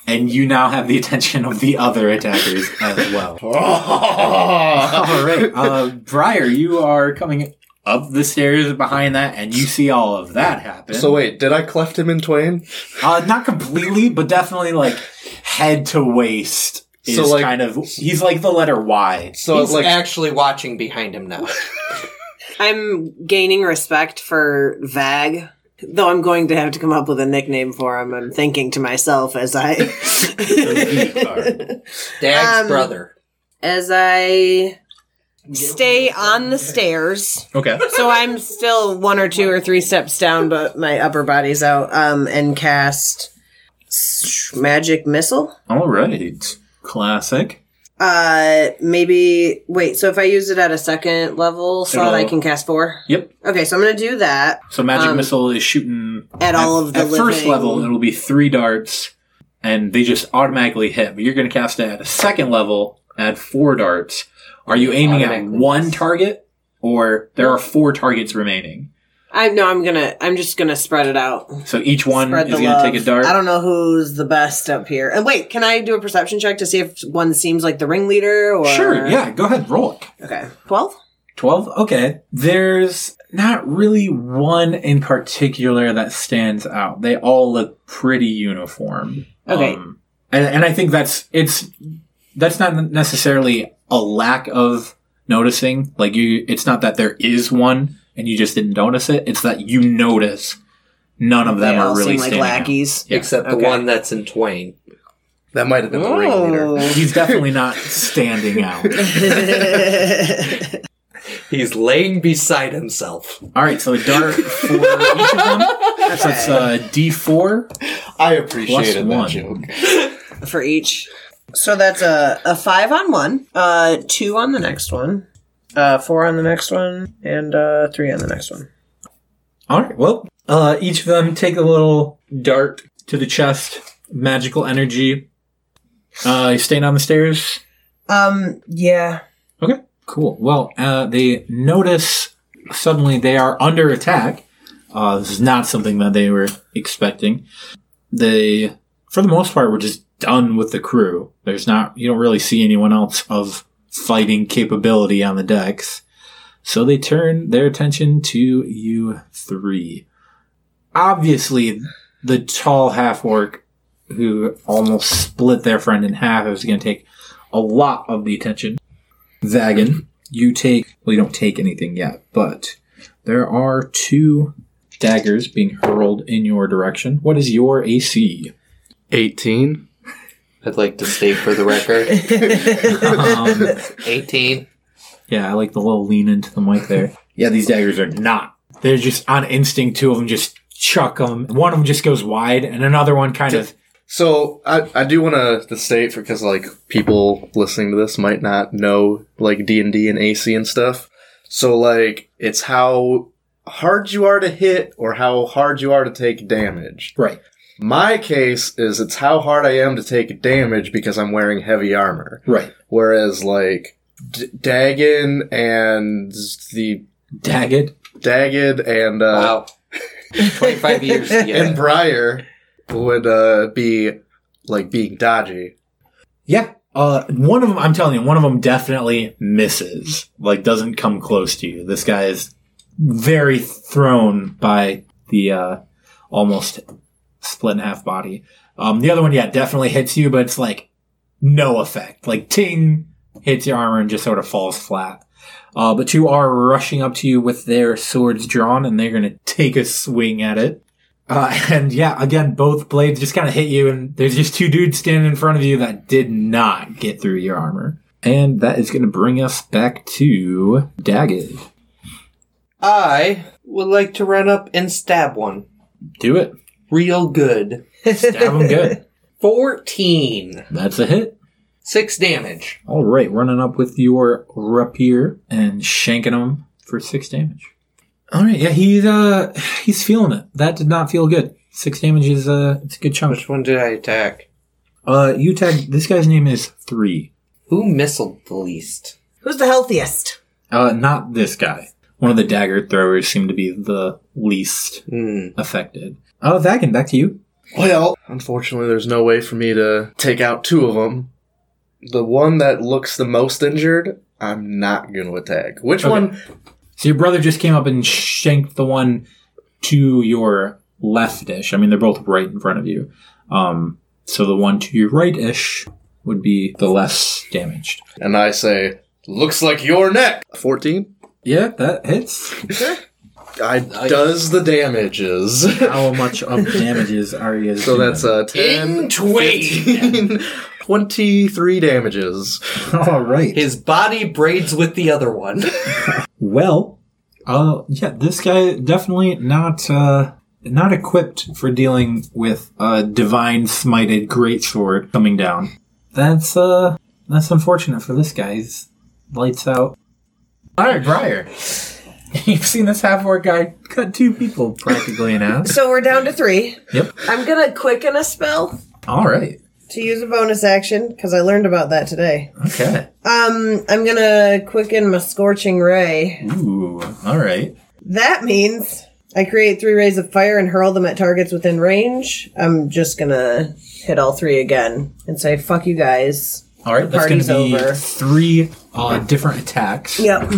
Speaker 5: and you now have the attention of the other attackers as well. All right, uh, Briar, you are coming up the stairs behind that, and you see all of that happen.
Speaker 1: So wait, did I cleft him in twain?
Speaker 5: uh, not completely, but definitely like head to waist. Is
Speaker 1: So, like-
Speaker 5: kind of he's like the letter Y.
Speaker 1: So
Speaker 4: He's
Speaker 1: like
Speaker 4: actually watching behind him now.
Speaker 3: I'm gaining respect for Vag, though I'm going to have to come up with a nickname for him. I'm thinking to myself as I
Speaker 4: Dag's
Speaker 3: Um,
Speaker 4: brother.
Speaker 3: as I stay on the stairs.
Speaker 5: Okay.
Speaker 3: So I'm still one or two or three steps down, but my upper body's out. Um, and cast s- magic missile.
Speaker 5: All right. Classic.
Speaker 3: Uh, maybe wait. So if I use it at a second level slot, I
Speaker 5: It'll-
Speaker 3: can cast four.
Speaker 5: Yep.
Speaker 3: Okay, so I'm gonna do that
Speaker 5: So magic
Speaker 1: Um,
Speaker 5: missile is shooting
Speaker 3: at all of the
Speaker 5: at first
Speaker 3: living-
Speaker 5: level it'll be three darts and they just automatically hit but you're going to cast it at a second level add four darts are you aiming at
Speaker 4: Automatically.
Speaker 5: one target or there are four targets remaining
Speaker 3: I no, I'm gonna. I'm just gonna spread it out.
Speaker 5: So each one
Speaker 3: Spread
Speaker 5: is
Speaker 3: the
Speaker 5: going to
Speaker 3: love.
Speaker 5: take a dart.
Speaker 3: I don't know who's the best up here. And wait, can I do a perception check to see if one seems like the ringleader or?
Speaker 5: Sure, yeah, go ahead, roll it.
Speaker 3: Okay. Twelve.
Speaker 5: 12? Okay. There's not really one in particular that stands out. They all look pretty uniform.
Speaker 3: Okay.
Speaker 5: Um, and, and I think that's, it's, that's not necessarily a lack of noticing. Like you, it's not that there is one and you just didn't notice it. It's that you notice none of them
Speaker 3: they all
Speaker 5: are really
Speaker 3: seem like
Speaker 5: standing out.
Speaker 3: lackeys.
Speaker 5: Yeah.
Speaker 4: Except the
Speaker 3: Okay.
Speaker 4: one that's in Twain.
Speaker 1: That might have been the ringleader.
Speaker 3: Oh.
Speaker 5: He's definitely not standing out.
Speaker 4: He's laying beside himself.
Speaker 5: All right, so a dart for each of them. uh, So it's a D4.
Speaker 1: I appreciated that
Speaker 5: one.
Speaker 1: joke.
Speaker 3: for each. So that's a, a five on one, uh, two on the next one, uh, four on the next one, and uh, three on the next one.
Speaker 5: All right. Well, uh, each of them take a little dart to the chest, magical energy. Uh, you staying on the stairs?
Speaker 3: Um, yeah.
Speaker 5: Okay. Cool. Well, uh, they notice suddenly they are under attack. Uh, this is not something that they were expecting. They, for the most part, were just done with the crew. There's not, you don't really see anyone else of fighting capability on the decks. So they turn their attention to you three. Obviously, the tall half orc who almost split their friend in half is going to take a lot of the attention. Vagon, you take. Well, you don't take anything yet, but there are two daggers being hurled in your direction. What is your AC?
Speaker 1: 18.
Speaker 4: I'd like to state for the record.
Speaker 5: Um,
Speaker 4: 18.
Speaker 5: yeah, I like the little lean into the mic there. Yeah, these daggers are not. They're just on instinct. Two of them just chuck them. One of them just goes wide, and another one kind of.
Speaker 1: So I, I do want to state for because like people listening to this might not know like D and D and AC and stuff. So like it's how hard you are to hit or how hard you are to take damage.
Speaker 5: Right.
Speaker 1: My case is it's how hard I am to take damage because I'm wearing heavy armor.
Speaker 5: Right.
Speaker 1: Whereas like D- Dagon and the
Speaker 5: Dagged.
Speaker 1: Dagged and uh,
Speaker 4: Wow. 25 years to get
Speaker 1: and
Speaker 4: it.
Speaker 1: Briar would uh, be like being dodgy.
Speaker 5: Yeah. Uh, one of them, I'm telling you, one of them definitely misses. Like, doesn't come close to you. This guy is very thrown by the uh, almost split in half body. Um, the other one, yeah, definitely hits you, but it's like no effect. Like, ting, hits your armor and just sort of falls flat. Uh, but two are rushing up to you with their swords drawn, and they're going to take a swing at it. Uh, and yeah, again, both blades just kind of hit you, and there's just two dudes standing in front of you that did not get through your armor. And that is going to bring us back to Dagged.
Speaker 4: I would like to run up and stab one.
Speaker 5: Do it.
Speaker 4: Real good.
Speaker 5: Stab him good.
Speaker 4: 14.
Speaker 5: That's a hit.
Speaker 4: 6 damage.
Speaker 5: All right, running up with your rapier and shanking him for six damage. All right, yeah, he's uh he's feeling it. That did not feel good. Six damage is uh it's a good chunk.
Speaker 4: Which one did I attack?
Speaker 5: Uh, you tag. This guy's name is Three.
Speaker 4: Who missiled the least?
Speaker 10: Who's the healthiest?
Speaker 5: Uh, not this guy. One of the dagger throwers seemed to be the least
Speaker 4: Hmm.
Speaker 5: affected. Oh, Vagan, back to you.
Speaker 1: Well, unfortunately, there's no way for me to take out two of them. The one that looks the most injured, I'm not going to attack. Which
Speaker 5: Okay.
Speaker 1: one?
Speaker 5: So your brother just came up and shanked the one to your leftish. I mean, they're both right in front of you. Um, so the one to your rightish would be the less damaged.
Speaker 1: And I say, looks like your neck. 14.
Speaker 5: Yeah, that hits.
Speaker 1: I does the damages.
Speaker 5: How much of damages are you?
Speaker 1: so that's uh, 10,
Speaker 4: In Twain!
Speaker 1: 15, 23 damages.
Speaker 5: all right.
Speaker 4: His body braids with the other one.
Speaker 5: Well, uh, yeah, this guy definitely not uh, not equipped for dealing with a divine smited greatsword coming down. That's uh, that's unfortunate for this guy's lights out. All right, Briar, you've seen this half orc guy cut two people practically in half.
Speaker 10: So we're down to three.
Speaker 5: Yep.
Speaker 10: I'm gonna quicken a spell
Speaker 5: All right.
Speaker 10: to use a bonus action because I learned about that today.
Speaker 5: Okay.
Speaker 10: Um, I'm gonna quicken my scorching ray.
Speaker 5: Ooh. All right.
Speaker 10: That means
Speaker 3: I create three rays of fire and hurl them at targets within range. I'm just gonna hit all three again and say, fuck you guys.
Speaker 5: All right,
Speaker 3: The
Speaker 5: that's going
Speaker 3: party's
Speaker 5: to be
Speaker 3: over.
Speaker 5: three uh, different attacks.
Speaker 3: Yep.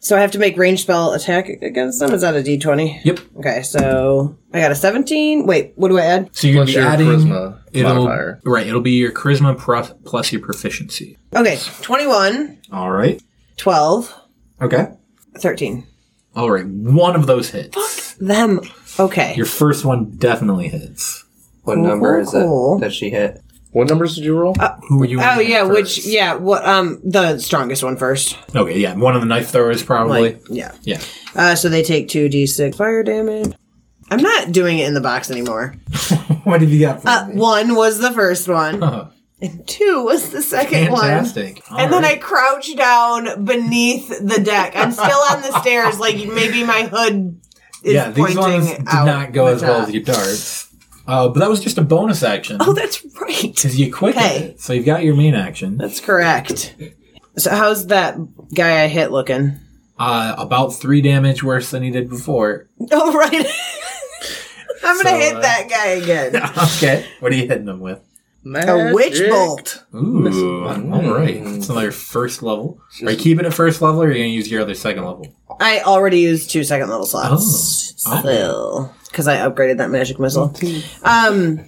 Speaker 3: So I have to make range spell attack against them. Is that a d20?
Speaker 5: Yep.
Speaker 3: Okay, so I got a 17. Wait, what do I add?
Speaker 5: So you're going
Speaker 1: Plus
Speaker 5: to be
Speaker 1: your
Speaker 5: adding
Speaker 1: charisma
Speaker 5: it'll,
Speaker 1: modifier.
Speaker 5: Right, it'll be your charisma pro- plus your proficiency.
Speaker 3: Okay, 21,
Speaker 5: All right.
Speaker 3: 12,
Speaker 5: Okay.
Speaker 3: 13.
Speaker 5: All right, one of those hits.
Speaker 3: Them. Okay.
Speaker 5: Your first one definitely hits.
Speaker 4: What number is
Speaker 3: cool.
Speaker 4: it that she hit?
Speaker 1: What numbers did you roll?
Speaker 5: Who are you?
Speaker 3: Oh
Speaker 5: aiming
Speaker 3: yeah,
Speaker 5: at
Speaker 3: which
Speaker 5: first?
Speaker 3: yeah, what um the strongest one first.
Speaker 5: Okay, yeah, one of the knife throwers probably.
Speaker 3: Like, yeah.
Speaker 5: yeah.
Speaker 3: Uh, so they take two d six fire damage. I'm not doing it in the box anymore.
Speaker 5: What did you get? For
Speaker 3: Uh, one was the first one, and two was the second one.
Speaker 5: Uh-huh. Fantastic.
Speaker 3: And then I crouch down beneath the deck. I'm still on the stairs, like maybe my hood is
Speaker 5: yeah, these
Speaker 3: pointing
Speaker 5: ones did
Speaker 3: out.
Speaker 5: not go
Speaker 3: the
Speaker 5: as well
Speaker 3: top.
Speaker 5: as your darts. Uh, but that was just a bonus action
Speaker 3: Oh, that's right.
Speaker 5: because you quickened
Speaker 3: Okay.
Speaker 5: it. So you've got your main action.
Speaker 3: That's correct. So how's that guy I hit looking?
Speaker 5: Uh, about three damage worse than he did before.
Speaker 3: Oh right. I'm gonna
Speaker 5: So,
Speaker 3: hit
Speaker 5: uh,
Speaker 3: that guy again.
Speaker 5: okay, what are you hitting him with?
Speaker 3: A witch bolt.
Speaker 5: Ooh, all right. It's another first level. Are you keeping it first level, or are you gonna use your other second level?
Speaker 3: I already used two second level slots.
Speaker 5: Oh,
Speaker 3: So, because I upgraded that magic missile. Um,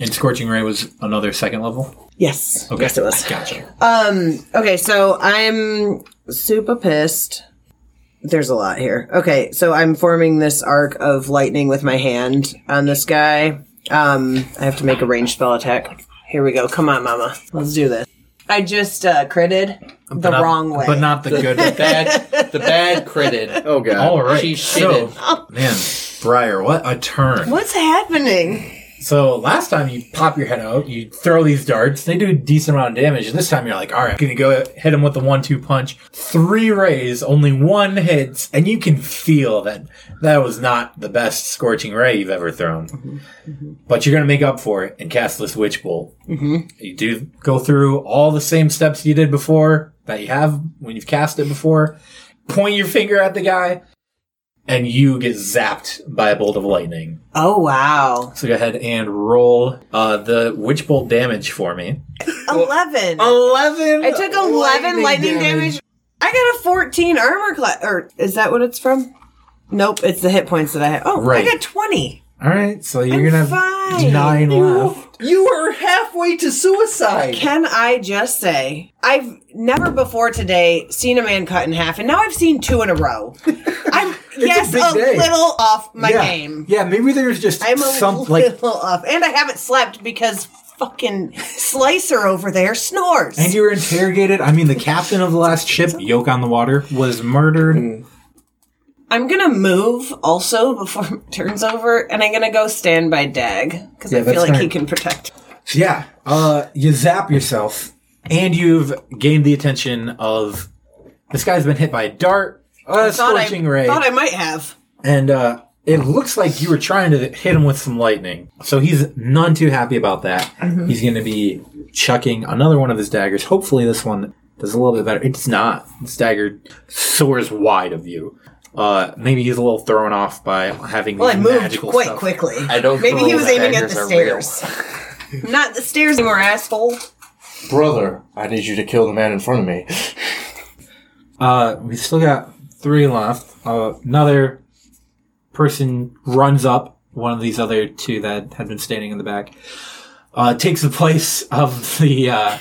Speaker 5: And scorching ray was another second level.
Speaker 3: yes.
Speaker 5: Okay,
Speaker 3: Yes, it was.
Speaker 5: Gotcha.
Speaker 3: Um, okay, so I'm super pissed. There's a lot here. Okay, so I'm forming this arc of lightning with my hand on this guy. Um, I have to make a ranged spell attack. Here we go. Come on, mama. Let's do this. I just uh, critted the
Speaker 5: But not-
Speaker 3: wrong way.
Speaker 5: but not the good.
Speaker 4: The bad, the bad critted.
Speaker 1: Oh god.
Speaker 5: All right.
Speaker 4: She
Speaker 5: so, man, Briar, what a turn.
Speaker 3: What's happening?
Speaker 5: So last time you pop your head out, you throw these darts. They do a decent amount of damage. And this time you're like, all right, I'm gonna go hit him with the one-two punch. Three rays, only one hits, and you can feel that that was not the best scorching ray you've ever thrown. But you're gonna make up for it and cast this witch bolt. You do go through all the same steps you did before that you have when you've cast it before. Point your finger at the guy, and you get zapped by a bolt of lightning.
Speaker 3: Oh, wow.
Speaker 5: So go ahead and roll uh, the witch bolt damage for me.
Speaker 3: 11.
Speaker 5: oh, Eleven.
Speaker 3: I took 11 lightning, damage. I got a 14 armor class. Or is that what it's from? Nope, it's the hit points that I have. Oh,
Speaker 5: Right.
Speaker 3: I got 20.
Speaker 5: All right, so you're
Speaker 3: I'm
Speaker 5: gonna have
Speaker 3: fine.
Speaker 5: nine left.
Speaker 4: You are halfway to suicide.
Speaker 3: Can I just say, I've never before today seen a man cut in half, and now I've seen two in a row. I'm, yes, a,
Speaker 5: big day.
Speaker 3: little off my game.
Speaker 5: Yeah, maybe there's just
Speaker 3: I'm a
Speaker 5: some
Speaker 3: little
Speaker 5: like,
Speaker 3: off. And I haven't slept because fucking Slicer over there snores.
Speaker 5: and you were interrogated. I mean, the captain of the last ship, Yoke on the Water, was murdered.
Speaker 3: I'm gonna move also before it turns over, and I'm gonna go stand by Dag because I
Speaker 5: that's
Speaker 3: feel like he
Speaker 5: right.
Speaker 3: can protect.
Speaker 5: So yeah, uh, you zap yourself, and you've gained the attention of this guy's been hit by a dart, a
Speaker 3: Thought I
Speaker 5: scorching ray.
Speaker 3: thought I might have.
Speaker 5: and uh, it looks like you were trying to hit him with some lightning. So he's none too happy about that. He's going to be chucking another one of his daggers. Hopefully, this one does a little bit better. It's not. This dagger soars wide of you. Uh, maybe he's a little thrown off by having
Speaker 3: Well, I
Speaker 5: these
Speaker 3: moved
Speaker 5: magical
Speaker 3: quite
Speaker 5: stuff.
Speaker 3: quickly.
Speaker 4: I don't
Speaker 3: Maybe
Speaker 4: believe
Speaker 3: he was
Speaker 4: that
Speaker 3: aiming at
Speaker 4: daggers
Speaker 3: the
Speaker 4: are real.
Speaker 3: stairs. Not the stairs anymore, asshole.
Speaker 1: Brother, I need you to kill the man in front of me.
Speaker 5: Uh, we still got three left. Uh, another person runs up. One of these other two that had been standing in the back uh, takes the place of the uh,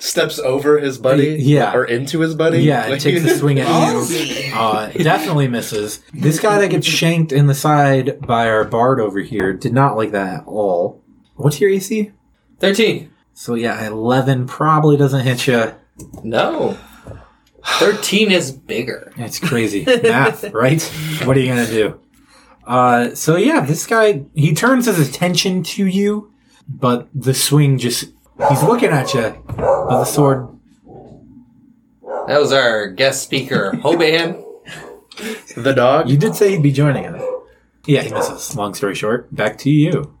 Speaker 1: Steps over his buddy.
Speaker 5: Yeah.
Speaker 1: Or into his buddy.
Speaker 5: Yeah, it
Speaker 1: Like- Oh,
Speaker 5: takes a swing at you. Uh, definitely misses. This guy that gets shanked in the side by our bard over here did not like that at all. What's your AC?
Speaker 4: Thirteen.
Speaker 5: So yeah, eleven probably doesn't hit you.
Speaker 4: No. Thirteen is bigger.
Speaker 5: That's crazy math, right? What are you gonna do? Uh, so yeah, this guy he turns his attention to you, but the swing just—he's looking at you. But the sword
Speaker 4: That was our guest speaker, Hoban.
Speaker 1: The dog?
Speaker 5: You did say he'd be joining us. Yeah, he misses. Long story short, back to you.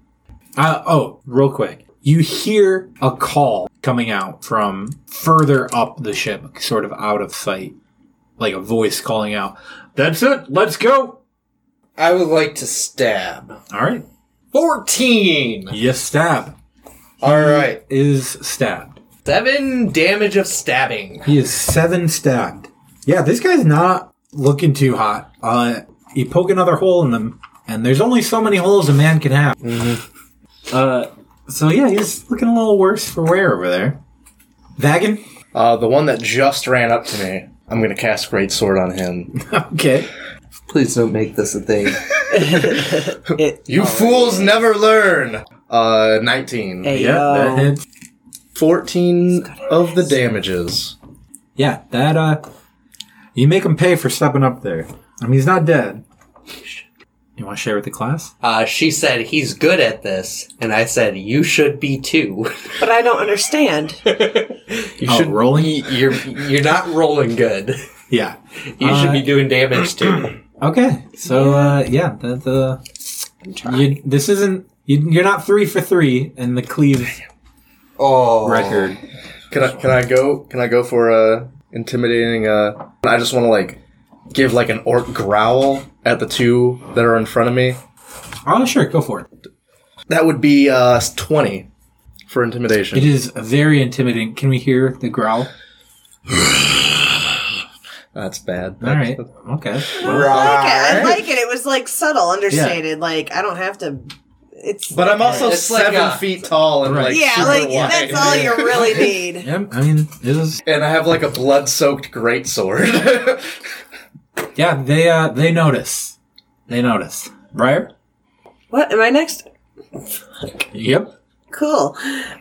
Speaker 5: Uh, oh, real quick. You hear a call coming out from further up the ship, sort of out of sight. Like a voice calling out, That's it, let's go!
Speaker 4: I would like to stab.
Speaker 5: All right.
Speaker 4: 14!
Speaker 5: Yes, stab.
Speaker 1: Um,
Speaker 4: Alright.
Speaker 5: Is stabbed.
Speaker 4: Seven damage of stabbing.
Speaker 5: He is seven stabbed. Yeah, this guy's not looking too hot. Uh, you poke another hole in him, and there's only so many holes a man can have. Uh, so yeah, he's looking a little worse for wear over there. Vagan.
Speaker 1: Uh, the one that just ran up to me, I'm going to cast Great Sword on him.
Speaker 5: Okay.
Speaker 4: Please don't make this a thing.
Speaker 1: You fools never learn! Uh, 19.
Speaker 5: Yeah,
Speaker 3: Um,
Speaker 5: that hits.
Speaker 1: 14 of the damages.
Speaker 5: Yeah, that uh, you make him pay for stepping up there. I mean, he's not dead. You want to share with the class?
Speaker 4: Uh, she said, he's good at this. And I said, you should be too.
Speaker 11: But I don't understand.
Speaker 4: You
Speaker 5: Oh,
Speaker 4: should
Speaker 5: rolling?
Speaker 4: You're you're not rolling good.
Speaker 5: Yeah.
Speaker 4: You
Speaker 5: Uh,
Speaker 4: should be doing damage too.
Speaker 5: Okay. So uh, yeah, the, the you, this isn't you, you're not three for three in the cleave
Speaker 4: Oh,
Speaker 5: record.
Speaker 1: Can I, can I go, can I go for, uh, intimidating, uh, I just want to, like, give, like, an orc growl at the two that are in front of me.
Speaker 5: Oh sure, go for it.
Speaker 1: That would be, uh, 20 for intimidation.
Speaker 5: It is very intimidating. Can we hear the growl?
Speaker 1: That's bad.
Speaker 5: All right. Okay.
Speaker 3: like it. I like it. It was like subtle, understated. Like I don't have to. It's
Speaker 1: But I'm also
Speaker 4: It's like
Speaker 1: seven
Speaker 4: a-
Speaker 1: feet tall and, like,
Speaker 3: yeah,
Speaker 1: super
Speaker 3: like
Speaker 1: wide.
Speaker 3: that's all you really need.
Speaker 5: Yeah, I mean, this is
Speaker 1: and I have like a blood soaked greatsword.
Speaker 5: yeah. They uh they notice. They notice. Right?
Speaker 11: What? Am I next?
Speaker 5: Yep.
Speaker 3: Cool.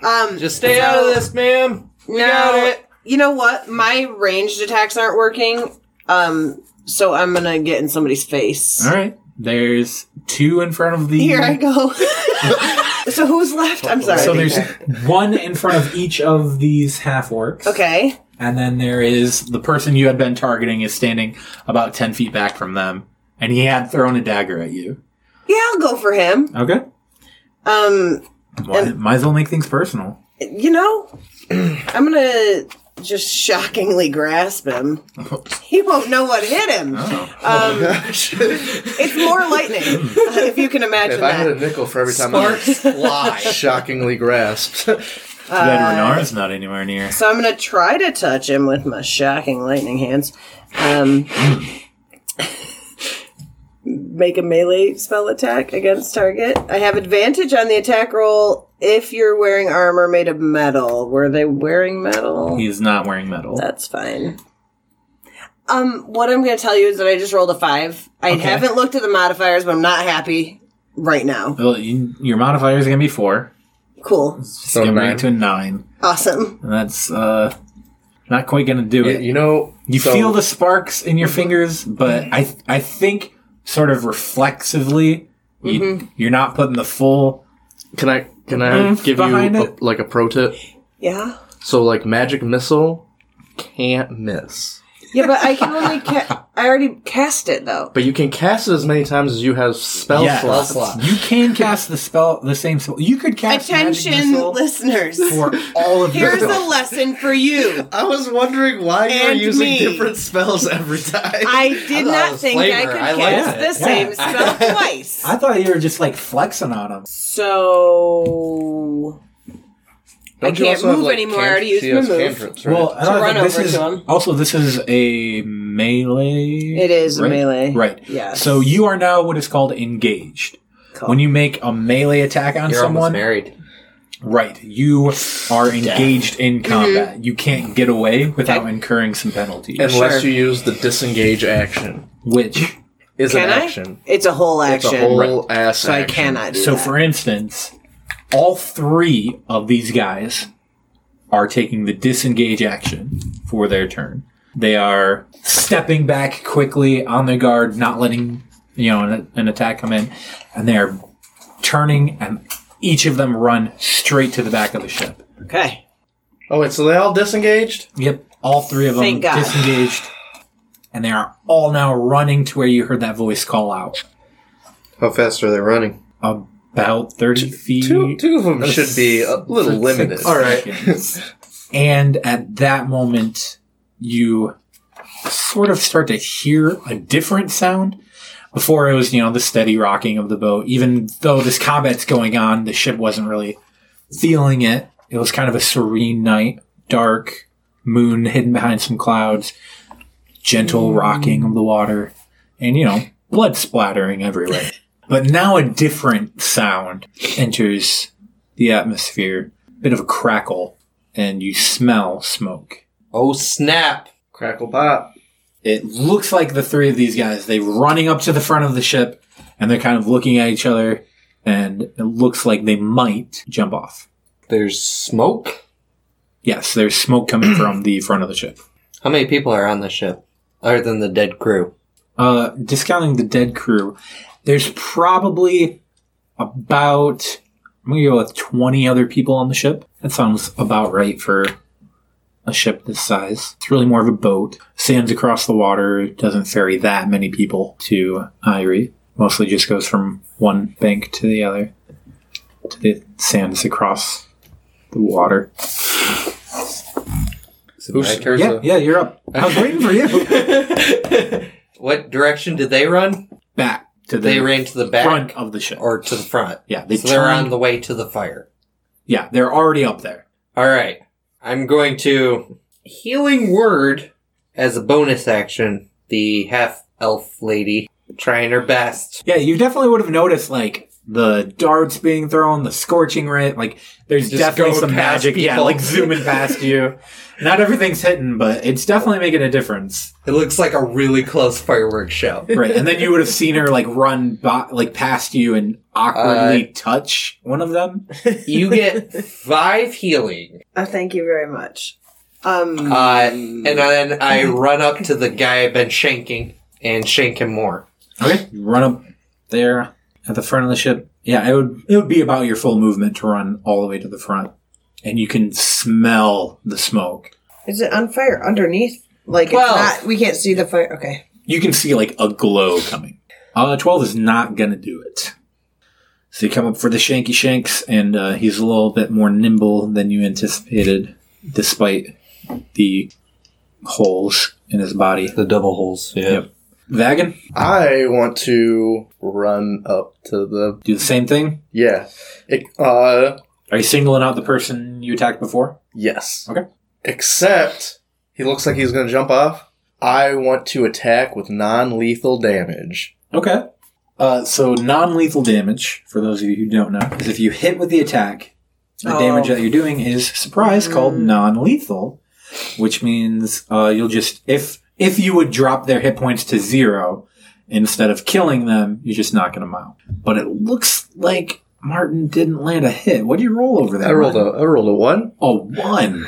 Speaker 3: Um,
Speaker 4: Just stay out of this, ma'am. We got
Speaker 3: Now-
Speaker 4: it.
Speaker 3: you know what? My ranged attacks aren't working. Um, so I'm gonna get in somebody's face.
Speaker 5: All right. There's two in front of the.
Speaker 3: Here I go. so who's left? I'm sorry.
Speaker 5: So there's one in front of each of these half orcs.
Speaker 3: okay.
Speaker 5: And then there is the person you had been targeting is standing about 10 feet back from them. And he had thrown a dagger at you.
Speaker 3: Yeah, I'll go for him.
Speaker 5: Okay.
Speaker 3: Um,
Speaker 5: Well, might as well make things personal.
Speaker 3: you know, I'm gonna just shockingly grasp him. He won't know what hit him.
Speaker 1: Oh.
Speaker 3: It's more lightning, if you can imagine
Speaker 1: if I had
Speaker 3: that.
Speaker 1: a nickel for every time
Speaker 4: Sparks fly.
Speaker 1: I shockingly grasped.
Speaker 5: then Renar's not anywhere near.
Speaker 3: So I'm gonna try to touch him with my shocking lightning hands. Um, make a melee spell attack against target. I have advantage on the attack roll if you're wearing armor made of metal. Were they wearing metal?
Speaker 5: He's not wearing metal.
Speaker 3: That's fine. Um, what I'm gonna tell you is that I just rolled a five. I haven't looked at the modifiers, but I'm not happy right now.
Speaker 5: Well, you, your modifier is going to be four.
Speaker 3: Cool.
Speaker 5: It's going to bring
Speaker 1: nine.
Speaker 5: it to a nine.
Speaker 3: Awesome.
Speaker 5: And that's uh, not quite going to do
Speaker 1: You-
Speaker 5: it.
Speaker 1: you know,
Speaker 5: You
Speaker 1: so-
Speaker 5: feel the sparks in your fingers, but I th- I think sort of reflexively, you, you're not putting the full.
Speaker 1: Can I can I
Speaker 5: Mm,
Speaker 1: give you
Speaker 5: behind
Speaker 1: a,
Speaker 5: it.
Speaker 1: like a pro tip?
Speaker 3: Yeah.
Speaker 1: So like magic missile can't miss,
Speaker 3: Yeah, but I can only ca- I already cast it though.
Speaker 1: but you can cast it as many times as you have spell
Speaker 5: Yes.
Speaker 1: slots.
Speaker 5: You can cast the spell the same spell. You could cast magic
Speaker 3: Attention,
Speaker 5: missile
Speaker 3: listeners.
Speaker 5: for all of
Speaker 3: Here's
Speaker 5: your
Speaker 3: a lesson for you.
Speaker 1: I was wondering why you were
Speaker 3: And
Speaker 1: using
Speaker 3: me.
Speaker 1: different spells every time.
Speaker 3: I did
Speaker 4: thought it
Speaker 3: not
Speaker 4: was
Speaker 3: think I
Speaker 4: flavor.
Speaker 3: could
Speaker 4: I liked
Speaker 3: cast
Speaker 5: it.
Speaker 3: the
Speaker 5: Yeah.
Speaker 3: same spell twice.
Speaker 5: I thought you were just like flexing on him.
Speaker 3: So
Speaker 1: Don't
Speaker 3: I
Speaker 1: you
Speaker 3: can't
Speaker 1: also have,
Speaker 3: move
Speaker 1: like,
Speaker 3: anymore, I already
Speaker 1: cantrips?
Speaker 3: used
Speaker 1: She has
Speaker 3: my move.
Speaker 1: cantrips, right?
Speaker 5: Well, another
Speaker 3: run
Speaker 5: thing, this
Speaker 3: over
Speaker 5: is
Speaker 3: to him.
Speaker 5: also this is a melee.
Speaker 3: It is a
Speaker 5: right?
Speaker 3: melee.
Speaker 5: right?
Speaker 3: Yes.
Speaker 5: So you are now what is called engaged. When you make a melee attack on
Speaker 4: You're almost
Speaker 5: someone,
Speaker 4: married.
Speaker 5: Right. You are engaged in
Speaker 3: Mm-hmm.
Speaker 5: combat. You can't get away without incurring some penalties.
Speaker 1: unless you use the disengage action,
Speaker 5: Which,
Speaker 1: is an
Speaker 3: Can I?
Speaker 1: action.
Speaker 3: it's a whole
Speaker 1: It's
Speaker 3: action.
Speaker 1: a whole ass.
Speaker 3: so I
Speaker 1: action.
Speaker 3: cannot do
Speaker 5: so
Speaker 3: that.
Speaker 5: for instance, all three of these guys are taking the disengage action for their turn. They are stepping back quickly on their guard, not letting, you know, an, an attack come in, and they are turning and each of them run straight to the back of the ship.
Speaker 3: okay.
Speaker 1: Oh wait, so they all disengaged?
Speaker 5: Yep, all three of them
Speaker 3: Thank God.
Speaker 5: disengaged, and they are all now running to where you heard that voice call out.
Speaker 4: How fast are they running?
Speaker 5: About thirty feet.
Speaker 1: Two two of them should be a little limited.
Speaker 5: All right. and at that moment, you sort of start to hear a different sound. Before it was, you know, the steady rocking of the boat. Even though this combat's going on, the ship wasn't really feeling it. It was kind of a serene night, dark, moon hidden behind some clouds, gentle rocking of the water, and, you know, blood splattering everywhere. But now a different sound enters the atmosphere, bit of a crackle, and you smell smoke.
Speaker 4: Oh snap!
Speaker 1: Crackle pop.
Speaker 5: It looks like the three of these guys, they're running up to the front of the ship and they're kind of looking at each other and it looks like they might jump off.
Speaker 4: There's smoke.
Speaker 5: Yes, there's smoke coming from the front of the ship.
Speaker 4: How many people are on the ship other than the dead crew?
Speaker 5: Uh, discounting the dead crew, there's probably about I'm gonna go with 20 other people on the ship. That sounds about right for a ship this size. It's really more of a boat. Sands across the water doesn't ferry that many people to Irie. Mostly just goes from one bank to the other to the sands across the water.
Speaker 4: Who's,
Speaker 5: Yeah, yeah, you're up. I was waiting for you.
Speaker 4: What direction did they run?
Speaker 5: Back to the
Speaker 4: They ran to the back
Speaker 5: front of the ship.
Speaker 4: or to the front.
Speaker 5: Yeah, they
Speaker 4: so they're
Speaker 5: turned-
Speaker 4: on the way to the fire.
Speaker 5: yeah, they're already up there.
Speaker 4: All right. I'm going to healing word as a bonus action. The half elf lady trying her best.
Speaker 5: Yeah, you definitely would have noticed like the darts being thrown, the scorching ray. Like there's
Speaker 4: Just
Speaker 5: definitely
Speaker 4: going
Speaker 5: some
Speaker 4: past
Speaker 5: magic. Yeah,
Speaker 4: people.
Speaker 5: like zooming past you. Not everything's hitting, but it's definitely making a difference.
Speaker 4: It looks like a really close fireworks show.
Speaker 5: Right, and then you would have seen her like run by, like past you and awkwardly touch one of them.
Speaker 4: You get five healing.
Speaker 3: Oh, thank you very much. Um,
Speaker 4: Uh, and then I
Speaker 5: Mm.
Speaker 4: run up to the guy I've been shanking and shank him more.
Speaker 5: Okay, you run up there at the front of the ship. Yeah, it would it would be about your full movement to run all the way to the front, and you can smell the smoke.
Speaker 3: is it on fire underneath? Like, it's
Speaker 4: Well-
Speaker 3: not, we can't see the fire. Okay.
Speaker 5: you can see like a glow coming. Uh, 12 is not gonna do it. So you come up for the Shanky Shanks, and uh, he's a little bit more nimble than you anticipated, despite the holes in his body.
Speaker 4: The double holes. Yeah.
Speaker 5: Yep. Vagan,
Speaker 1: I want to run up to the
Speaker 5: do the same thing.
Speaker 1: yeah. It, uh,
Speaker 5: Are you singling out the person you attacked before?
Speaker 1: yes.
Speaker 5: Okay.
Speaker 1: Except he looks like he's going to jump off. I want to attack with non-lethal damage.
Speaker 5: Okay. Uh, so non-lethal damage, for those of you who don't know, is if you hit with the attack, the damage that you're doing is surprise called non-lethal, which means uh, you'll just if if you would drop their hit points to zero instead of killing them, you're just knocking them out. But it looks like Martin didn't land a hit. What do you roll over there?
Speaker 1: I rolled a
Speaker 5: Martin?
Speaker 1: I rolled a one.
Speaker 5: A one.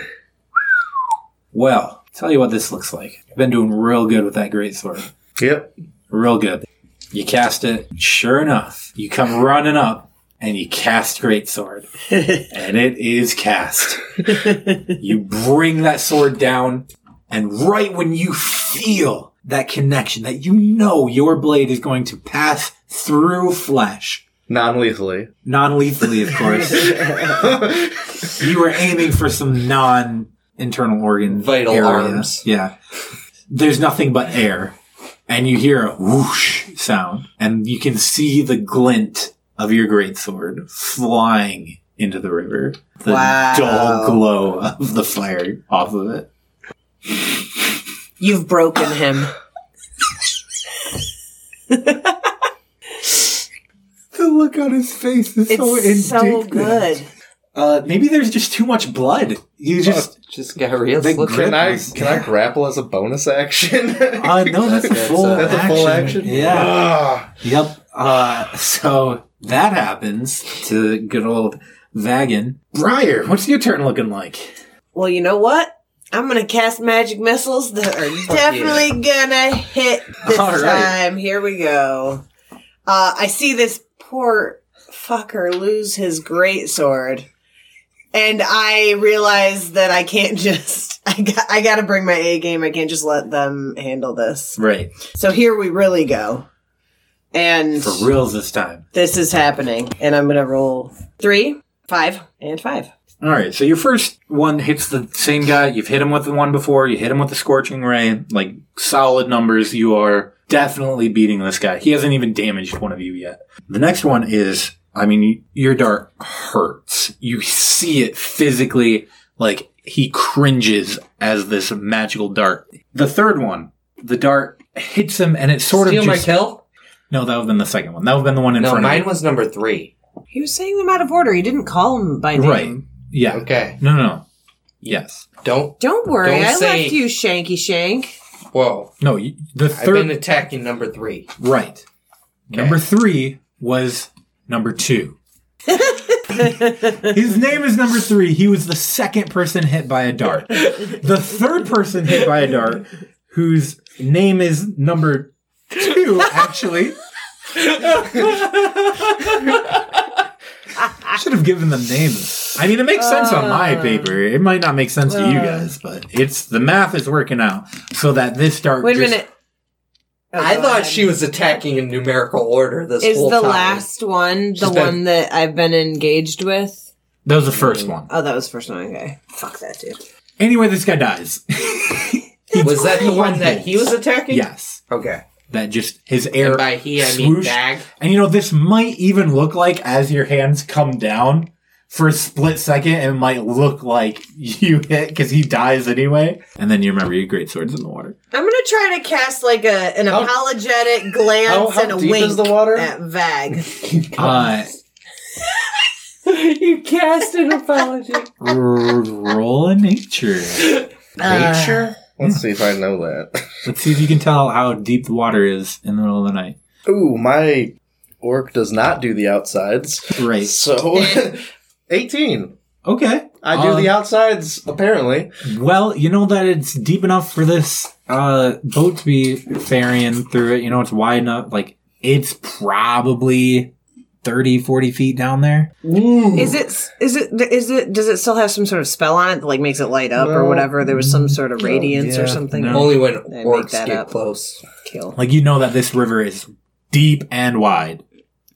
Speaker 5: Well, tell you what this looks like. I've been doing real good with that great sword
Speaker 1: Yep.
Speaker 5: real good. You cast it. Sure enough, you come running up and you cast Greatsword. and it is cast. you bring that sword down, and right when you feel that connection, that you know your blade is going to pass through flesh,
Speaker 1: Non-lethally.
Speaker 5: non lethally, of course, you were aiming for some non internal organ
Speaker 4: Vital
Speaker 5: area.
Speaker 4: arms.
Speaker 5: Yeah. There's nothing but air. And you hear a whoosh sound, and you can see the glint of your greatsword flying into the river. The dull glow of the fire off of it.
Speaker 12: You've broken him.
Speaker 5: The look on his face is
Speaker 3: It's so good.
Speaker 5: Uh, maybe there's just too much blood. You just
Speaker 4: Just got real
Speaker 5: They
Speaker 4: looking.
Speaker 5: grip-
Speaker 1: Can I can I grapple as a bonus action?
Speaker 5: uh, no, that's a
Speaker 4: That's-
Speaker 5: full
Speaker 4: that's
Speaker 1: That's a full action.
Speaker 5: Yeah.
Speaker 1: Ah.
Speaker 5: Yep. Uh, so that happens to good old Vagan. Briar, what's your turn looking like?
Speaker 3: Well, you know what? I'm gonna cast magic missiles that are definitely gonna hit this
Speaker 5: All right.
Speaker 3: time. Here we go. Uh, I see this poor fucker lose his great sword, and I realize that I can't just. I got. I got to bring my A game. I can't just let them handle this.
Speaker 5: Right.
Speaker 3: So here we really go, and
Speaker 5: For reals this time.
Speaker 3: this is happening. And I'm gonna roll three, five, and five.
Speaker 5: All right, so your first one hits the same guy. You've hit him with the one before. You hit him with the scorching ray. Like solid numbers, you are definitely beating this guy. He hasn't even damaged one of you yet. The next one is, I mean, your dart hurts. You see it physically. Like he cringes as this magical dart. The third one, the dart hits him, and it sort
Speaker 4: Steal
Speaker 5: of
Speaker 4: my
Speaker 5: just
Speaker 4: kill?
Speaker 5: no. That would have been the second one. That would have been the one in
Speaker 4: No,
Speaker 5: front
Speaker 4: mine
Speaker 5: of
Speaker 4: was number three.
Speaker 3: He was saying them out of order. He didn't call them by
Speaker 5: you.
Speaker 3: name.
Speaker 5: Right? Yeah.
Speaker 4: Okay.
Speaker 5: No, no, no. Yes.
Speaker 4: Don't.
Speaker 3: Don't worry,
Speaker 4: Don't
Speaker 3: I
Speaker 4: say-
Speaker 3: left you Shanky Shank.
Speaker 4: Whoa.
Speaker 5: No. You, the 3rd
Speaker 4: I've been attacking number three.
Speaker 5: Right. Number three was number two. His name is number three. He was the second person hit by a dart. The third person hit by a dart, whose name is number two, actually. Should have given them names. I mean, it makes sense on my
Speaker 13: Uh,
Speaker 5: paper. It might not make sense to you guys, but it's the math is working out so that this dart.
Speaker 13: Wait a
Speaker 5: just-
Speaker 13: minute.
Speaker 14: Oh,
Speaker 4: I thought she was attacking in numerical order this
Speaker 3: Is
Speaker 4: whole
Speaker 3: the
Speaker 4: time.
Speaker 3: last one the
Speaker 4: She's been-
Speaker 3: one that I've been engaged with?
Speaker 5: That was the first one.
Speaker 3: Oh, that was the first one. Okay. Fuck that dude.
Speaker 5: Anyway, this guy dies.
Speaker 4: Was that the one that he was attacking?
Speaker 5: yes.
Speaker 4: Okay.
Speaker 5: That just his air.
Speaker 4: And by he, I mean
Speaker 5: swooshed.
Speaker 4: bag.
Speaker 5: And you know, this might even look like as your hands come down for a split second, it might look like you hit because he dies anyway. And then you remember your great swords in the water.
Speaker 14: I'm gonna try to cast like a an apologetic glance
Speaker 1: How- how
Speaker 14: and a
Speaker 1: deep
Speaker 14: wink
Speaker 1: is the water?
Speaker 14: at Vag.
Speaker 5: Uh,
Speaker 4: you cast an apology.
Speaker 5: r- roll a nature. Uh,
Speaker 1: Nature? Let's see if I know that.
Speaker 5: Let's see if you can tell how deep the water is in the middle of the night.
Speaker 1: Ooh, my orc does not do the outsides.
Speaker 5: Right.
Speaker 1: So, 18.
Speaker 5: Okay.
Speaker 1: I do
Speaker 5: Um,
Speaker 1: the outsides, apparently.
Speaker 5: Well, you know that it's deep enough for this uh, boat to be ferrying through it. You know, it's wide enough. Like, it's probably 30, 40 feet down there.
Speaker 3: Is it? Is it? Is it? Does it still have some sort of spell on it that like makes it light up or
Speaker 1: No.
Speaker 3: whatever? There was some sort of radiance or something.
Speaker 5: no.
Speaker 4: Only when
Speaker 3: make
Speaker 4: orcs
Speaker 3: that
Speaker 4: get
Speaker 3: up.
Speaker 4: close.
Speaker 3: Kill.
Speaker 5: Like, you know that this river is deep and wide.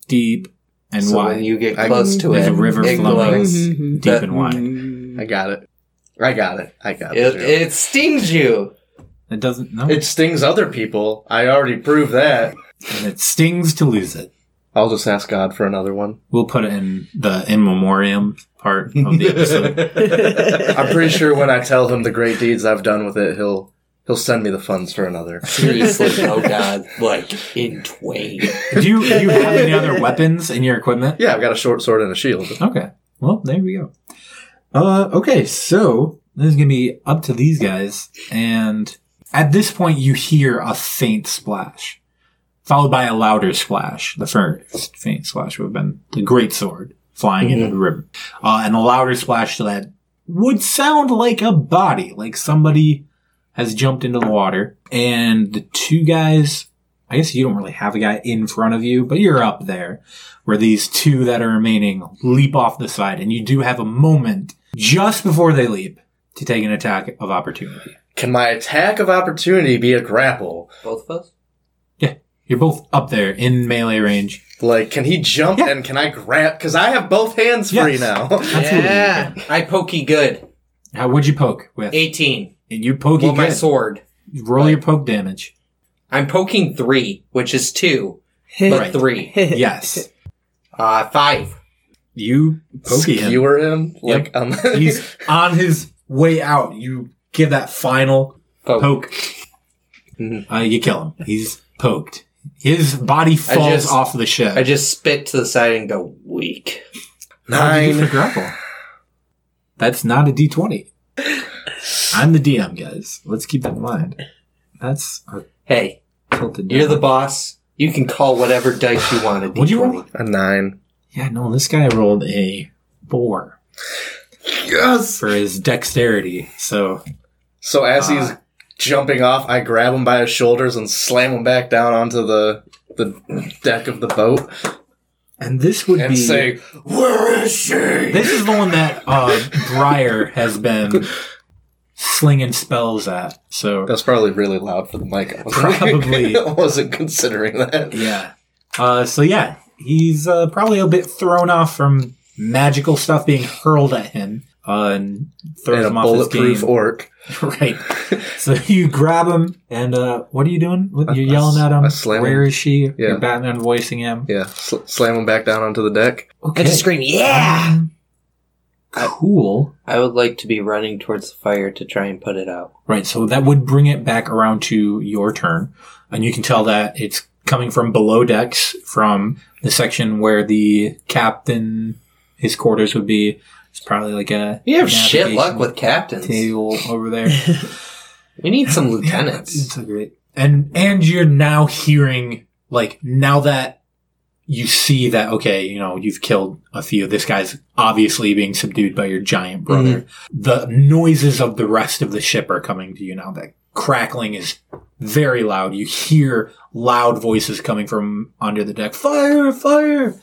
Speaker 5: Deep and
Speaker 1: So
Speaker 5: wide.
Speaker 1: when
Speaker 4: When you get
Speaker 1: I-
Speaker 4: close to it,
Speaker 5: There's a river
Speaker 4: it
Speaker 5: flowing.
Speaker 4: glows.
Speaker 3: Mm-hmm,
Speaker 5: deep
Speaker 4: that-
Speaker 5: and wide.
Speaker 1: I got it. I got it. I got
Speaker 4: It,
Speaker 1: it.
Speaker 4: it stings you.
Speaker 5: It doesn't, no.
Speaker 1: It stings other people. I already proved that.
Speaker 5: and it stings to lose it.
Speaker 1: I'll just ask God for another one.
Speaker 5: We'll put it in the in memoriam part of the episode.
Speaker 1: I'm pretty sure when I tell him the great deeds I've done with it, he'll he'll send me the funds for another.
Speaker 4: Seriously, oh god, like in twain.
Speaker 5: do, you, do you have any other weapons in your equipment?
Speaker 1: Yeah, I've got a short sword and a shield.
Speaker 5: Okay. Well, there we go. Uh, okay, so this is gonna be up to these guys, and at this point, you hear a faint splash, followed by a louder splash. The first faint splash would have been the great sword flying into the river, uh, and the louder splash that would sound like a body, like somebody has jumped into the water, and the two guys. I guess you don't really have a guy in front of you, but you're up there where these two that are remaining leap off the side, and you do have a moment just before they leap to take an attack of opportunity.
Speaker 1: Can my attack of opportunity be a grapple?
Speaker 4: Both of us?
Speaker 5: You're both up there in melee range.
Speaker 1: Like, can he jump
Speaker 5: Yeah.
Speaker 1: and can I grab? Because I have both hands
Speaker 5: Yes.
Speaker 1: free now.
Speaker 5: Absolutely.
Speaker 4: Yeah. I pokey good.
Speaker 5: How would you poke with?
Speaker 4: 18.
Speaker 5: You poke
Speaker 4: Well,
Speaker 5: you
Speaker 4: my
Speaker 5: good.
Speaker 4: sword.
Speaker 5: Roll your poke damage.
Speaker 4: I'm poking three, which is two, but
Speaker 5: Right.
Speaker 4: three.
Speaker 5: yes.
Speaker 4: Uh, five.
Speaker 5: You poke him.
Speaker 1: Skewer him. Like, um,
Speaker 5: He's on his way out. You give that final
Speaker 4: Poke. Mm-hmm.
Speaker 5: poke. Uh, you kill him. He's poked. His body falls
Speaker 4: just-
Speaker 5: off the ship.
Speaker 4: I just spit to the side and go weak.
Speaker 5: How did you do
Speaker 1: nine.
Speaker 5: for grapple? That's not a d20. I'm the DM, guys. Let's keep that in mind. That's a
Speaker 4: Hey,
Speaker 5: tilted.
Speaker 4: you're
Speaker 5: die.
Speaker 4: the boss. You can call whatever dice you want. a
Speaker 5: What'd you
Speaker 4: D20.
Speaker 5: roll?
Speaker 1: A nine.
Speaker 5: Yeah, no, this guy rolled a four
Speaker 1: Yes.
Speaker 5: for his dexterity. So
Speaker 1: So as he's
Speaker 5: Ah.
Speaker 1: jumping off, I grab him by his shoulders and slam him back down onto the the deck of the boat
Speaker 5: and this would
Speaker 1: and
Speaker 5: be
Speaker 1: say, "Where is she?"
Speaker 5: this is the one that uh Briar has been slinging spells at. So
Speaker 1: That's probably really loud for the mic. I was
Speaker 5: Probably.
Speaker 1: I wasn't considering that.
Speaker 5: Yeah. Uh, so yeah, he's uh, probably a bit thrown off from magical stuff being hurled at him. uh, and throws
Speaker 1: and a
Speaker 5: him off his
Speaker 1: bulletproof
Speaker 5: game.
Speaker 1: orc.
Speaker 5: right. So you grab him, and uh, what are you doing? What- You're
Speaker 1: I- I
Speaker 5: yelling at him.
Speaker 1: s- I slam
Speaker 5: Where
Speaker 1: him.
Speaker 5: is she?
Speaker 1: Yeah.
Speaker 5: You're Batman voicing him.
Speaker 1: Yeah, sl- slam him back down onto the deck.
Speaker 5: Okay. Um,
Speaker 3: I just scream, yeah!
Speaker 5: cool.
Speaker 4: I would like to be running towards the fire to try and put it out.
Speaker 5: Right, so that would bring it back around to your turn. And you can tell that it's coming from below decks, from the section where the captain, his quarters would be. It's probably like a.
Speaker 4: You have shit
Speaker 5: navigation
Speaker 4: luck with captains.
Speaker 5: Table over there.
Speaker 4: We need some
Speaker 5: It's
Speaker 4: lieutenants.
Speaker 5: so great. And, and you're now hearing, like, now that you see that, okay, you know, you've killed a few. This guy's obviously being subdued by your giant brother. The noises of the rest of the ship are coming to you now. That crackling is very loud. You hear loud voices coming from under the deck. Fire, fire!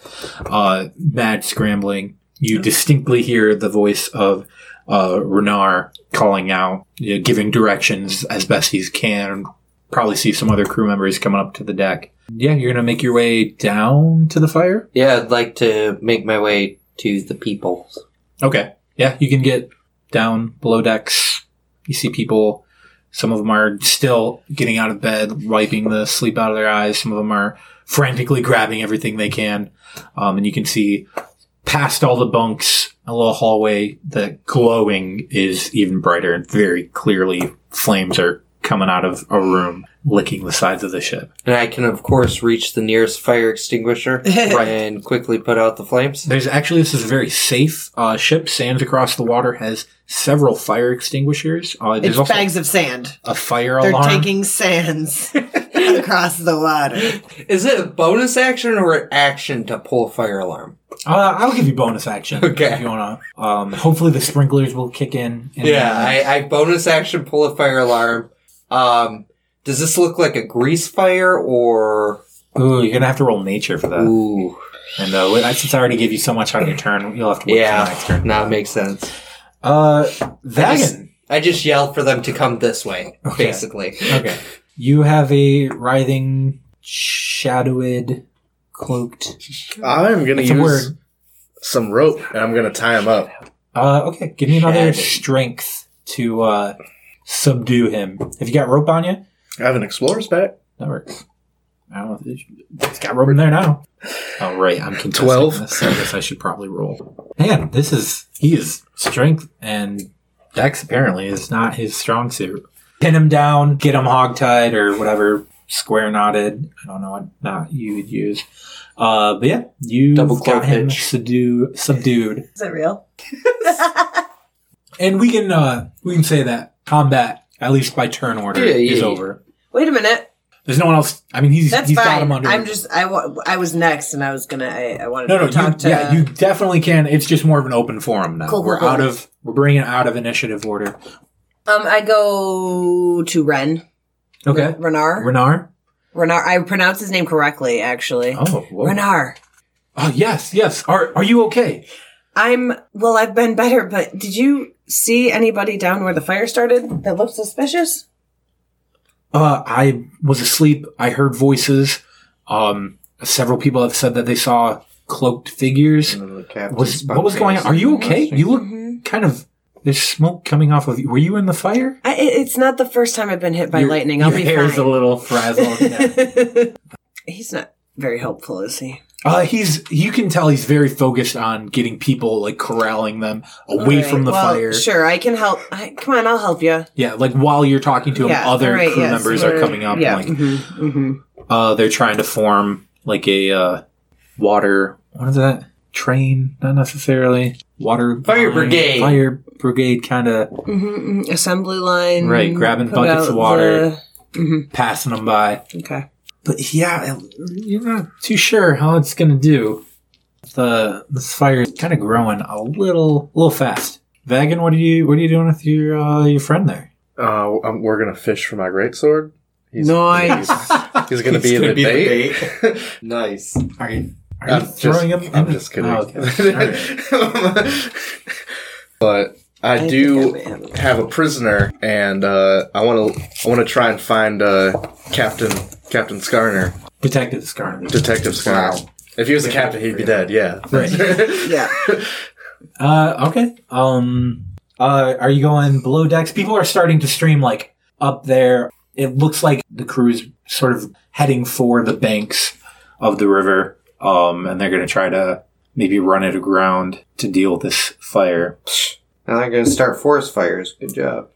Speaker 5: Uh, mad scrambling. You distinctly hear the voice of uh, Renar calling out, you know, giving directions as best he can. Probably see some other crew members coming up to the deck. Yeah, you're gonna make your way down to the fire.
Speaker 4: Yeah, I'd like to make my way to the people.
Speaker 5: Okay. Yeah, you can get down below decks. You see people. Some of them are still getting out of bed, wiping the sleep out of their eyes. Some of them are frantically grabbing everything they can. Um, and you can see past all the bunks, a little hallway, the glowing is even brighter and very clearly flames are coming out of a room, licking the sides of the ship.
Speaker 4: And I can, of course, reach the nearest fire extinguisher and quickly put out the flames.
Speaker 5: There's actually this is a very safe uh, ship. Sands across the water has several fire extinguishers. Uh, there's
Speaker 3: It's
Speaker 5: also
Speaker 3: bags of sand.
Speaker 5: a fire
Speaker 3: They're
Speaker 5: alarm.
Speaker 3: taking sands across the water.
Speaker 4: Is it a bonus action or an action to pull a fire alarm?
Speaker 5: uh, I'll give you bonus action
Speaker 4: Okay.
Speaker 5: if you wanna. Um, hopefully the sprinklers will kick in. and,
Speaker 4: Yeah,
Speaker 5: uh,
Speaker 4: I, I bonus action pull a fire alarm. Um, does this look like a grease fire or?
Speaker 5: ooh, you're gonna have to roll nature
Speaker 4: Uh,
Speaker 5: for that.
Speaker 4: Ooh,
Speaker 5: And uh, wait, since I already gave you so much on your turn, you'll have to wait for the
Speaker 4: yeah,
Speaker 5: next turn.
Speaker 4: not makes sense.
Speaker 5: Uh,
Speaker 4: I just,
Speaker 5: Vagan.
Speaker 4: I just yelled for them to come this way,
Speaker 5: Okay.
Speaker 4: basically.
Speaker 5: Okay, you have a writhing, shadowed, cloaked.
Speaker 1: I'm gonna
Speaker 5: That's a
Speaker 1: use
Speaker 5: word.
Speaker 1: some rope and I'm gonna tie him up.
Speaker 5: Uh, okay, give me another
Speaker 4: Shadowed.
Speaker 5: strength to uh, subdue him. Have you got rope on you?
Speaker 1: I have an explorer's pack.
Speaker 5: That works. I don't know. If it's, it's got rope in there now. Oh right, I'm contesting
Speaker 1: 12.
Speaker 5: This, so I guess I should probably roll. Man, this is he is strength and Dex apparently is not his strong suit. Pin him down, get him hogtied or whatever, square knotted. I don't know what knot you would use. Uh, but yeah, you
Speaker 4: Double claw
Speaker 5: got him
Speaker 4: hitch.
Speaker 5: subdue, subdued,
Speaker 3: Is that real?
Speaker 5: and we can uh, we can say that combat at least by turn order
Speaker 4: Yeah, yeah,
Speaker 5: is
Speaker 4: yeah.
Speaker 5: over.
Speaker 9: Wait a minute.
Speaker 5: There's no one else. I mean, he's
Speaker 9: That's
Speaker 5: he's got
Speaker 9: fine.
Speaker 5: him under.
Speaker 9: I'm just I, wa- I was next and I was gonna I, I wanted
Speaker 5: No, no,
Speaker 9: to talk
Speaker 5: you,
Speaker 9: to
Speaker 5: yeah, you definitely can. It's just more of an open forum now.
Speaker 9: Cool, cool,
Speaker 5: we're
Speaker 9: cool.
Speaker 5: out of we're bringing it out of initiative order.
Speaker 9: um I go to Ren
Speaker 5: Okay,
Speaker 9: Renar
Speaker 5: Renar.
Speaker 9: Renar I pronounce his name correctly actually
Speaker 5: Oh, whoa.
Speaker 9: Renar
Speaker 5: Oh, yes, yes. Are are you okay?
Speaker 9: I'm well I've been better but did you see anybody down where the fire started that looked suspicious
Speaker 5: Uh, I was asleep. I heard voices. Um, several people have said that they saw cloaked figures. Was what was going on? Are you okay? You
Speaker 9: Mm-hmm.
Speaker 5: look kind of. There's smoke coming off of you. Were you in the fire?
Speaker 9: I, it- it's not the first time I've been hit by
Speaker 5: Your-
Speaker 9: lightning I'll
Speaker 5: your
Speaker 9: be
Speaker 5: hair's a
Speaker 9: fine
Speaker 5: little frazzled. Yeah.
Speaker 9: he's not very helpful is he
Speaker 5: Uh, he's you can tell he's very focused on getting people like corralling them away
Speaker 9: All
Speaker 5: from
Speaker 9: right,
Speaker 5: the
Speaker 9: well,
Speaker 5: fire.
Speaker 9: sure I can help I, come on I'll help you
Speaker 5: Yeah, like while you're talking to him,
Speaker 9: Yeah,
Speaker 5: other
Speaker 9: all right,
Speaker 5: crew
Speaker 9: yes,
Speaker 5: members are
Speaker 9: we're-
Speaker 5: coming up.
Speaker 9: yeah
Speaker 5: Like
Speaker 9: mm-hmm, mm-hmm.
Speaker 5: uh, they're trying to form like a uh, water. What is that? Train? Not necessarily. Water
Speaker 4: Fire brigade.
Speaker 5: Fire brigade kind of
Speaker 9: hmm assembly line.
Speaker 5: Right, grabbing
Speaker 9: put
Speaker 5: buckets
Speaker 9: out
Speaker 5: of water.
Speaker 9: the-
Speaker 5: passing them by.
Speaker 9: Okay.
Speaker 5: But yeah, you're not too sure how it's gonna do. The this fire is kind of growing a little, little fast. Vagan, what are you, what are you doing with your uh, your friend there?
Speaker 1: Uh, I'm- we're gonna fish for my greatsword. He's,
Speaker 9: Nice.
Speaker 1: He's, he's gonna be in the bait.
Speaker 4: nice.
Speaker 5: Are you, are
Speaker 1: I'm
Speaker 5: you throwing
Speaker 1: just,
Speaker 5: him?
Speaker 1: I'm
Speaker 5: in?
Speaker 1: just kidding.
Speaker 5: Oh, okay. All right.
Speaker 1: but I,
Speaker 9: think
Speaker 1: do
Speaker 9: I may have-
Speaker 1: have a prisoner, and uh, I want to I want to try and find uh, Captain Captain Scarner,
Speaker 5: Detective Scarn.
Speaker 1: Detective Scarner. If he was the captain, he'd be dead. Yeah.
Speaker 5: Right.
Speaker 3: Yeah.
Speaker 5: Uh, okay. Um, uh, are you going below decks? People are starting to stream like up there. It looks like the crew is sort of heading for the banks of the river. Um, and they're going to try to maybe run it aground to deal with this fire.
Speaker 4: Now they're going to start forest fires. Good job.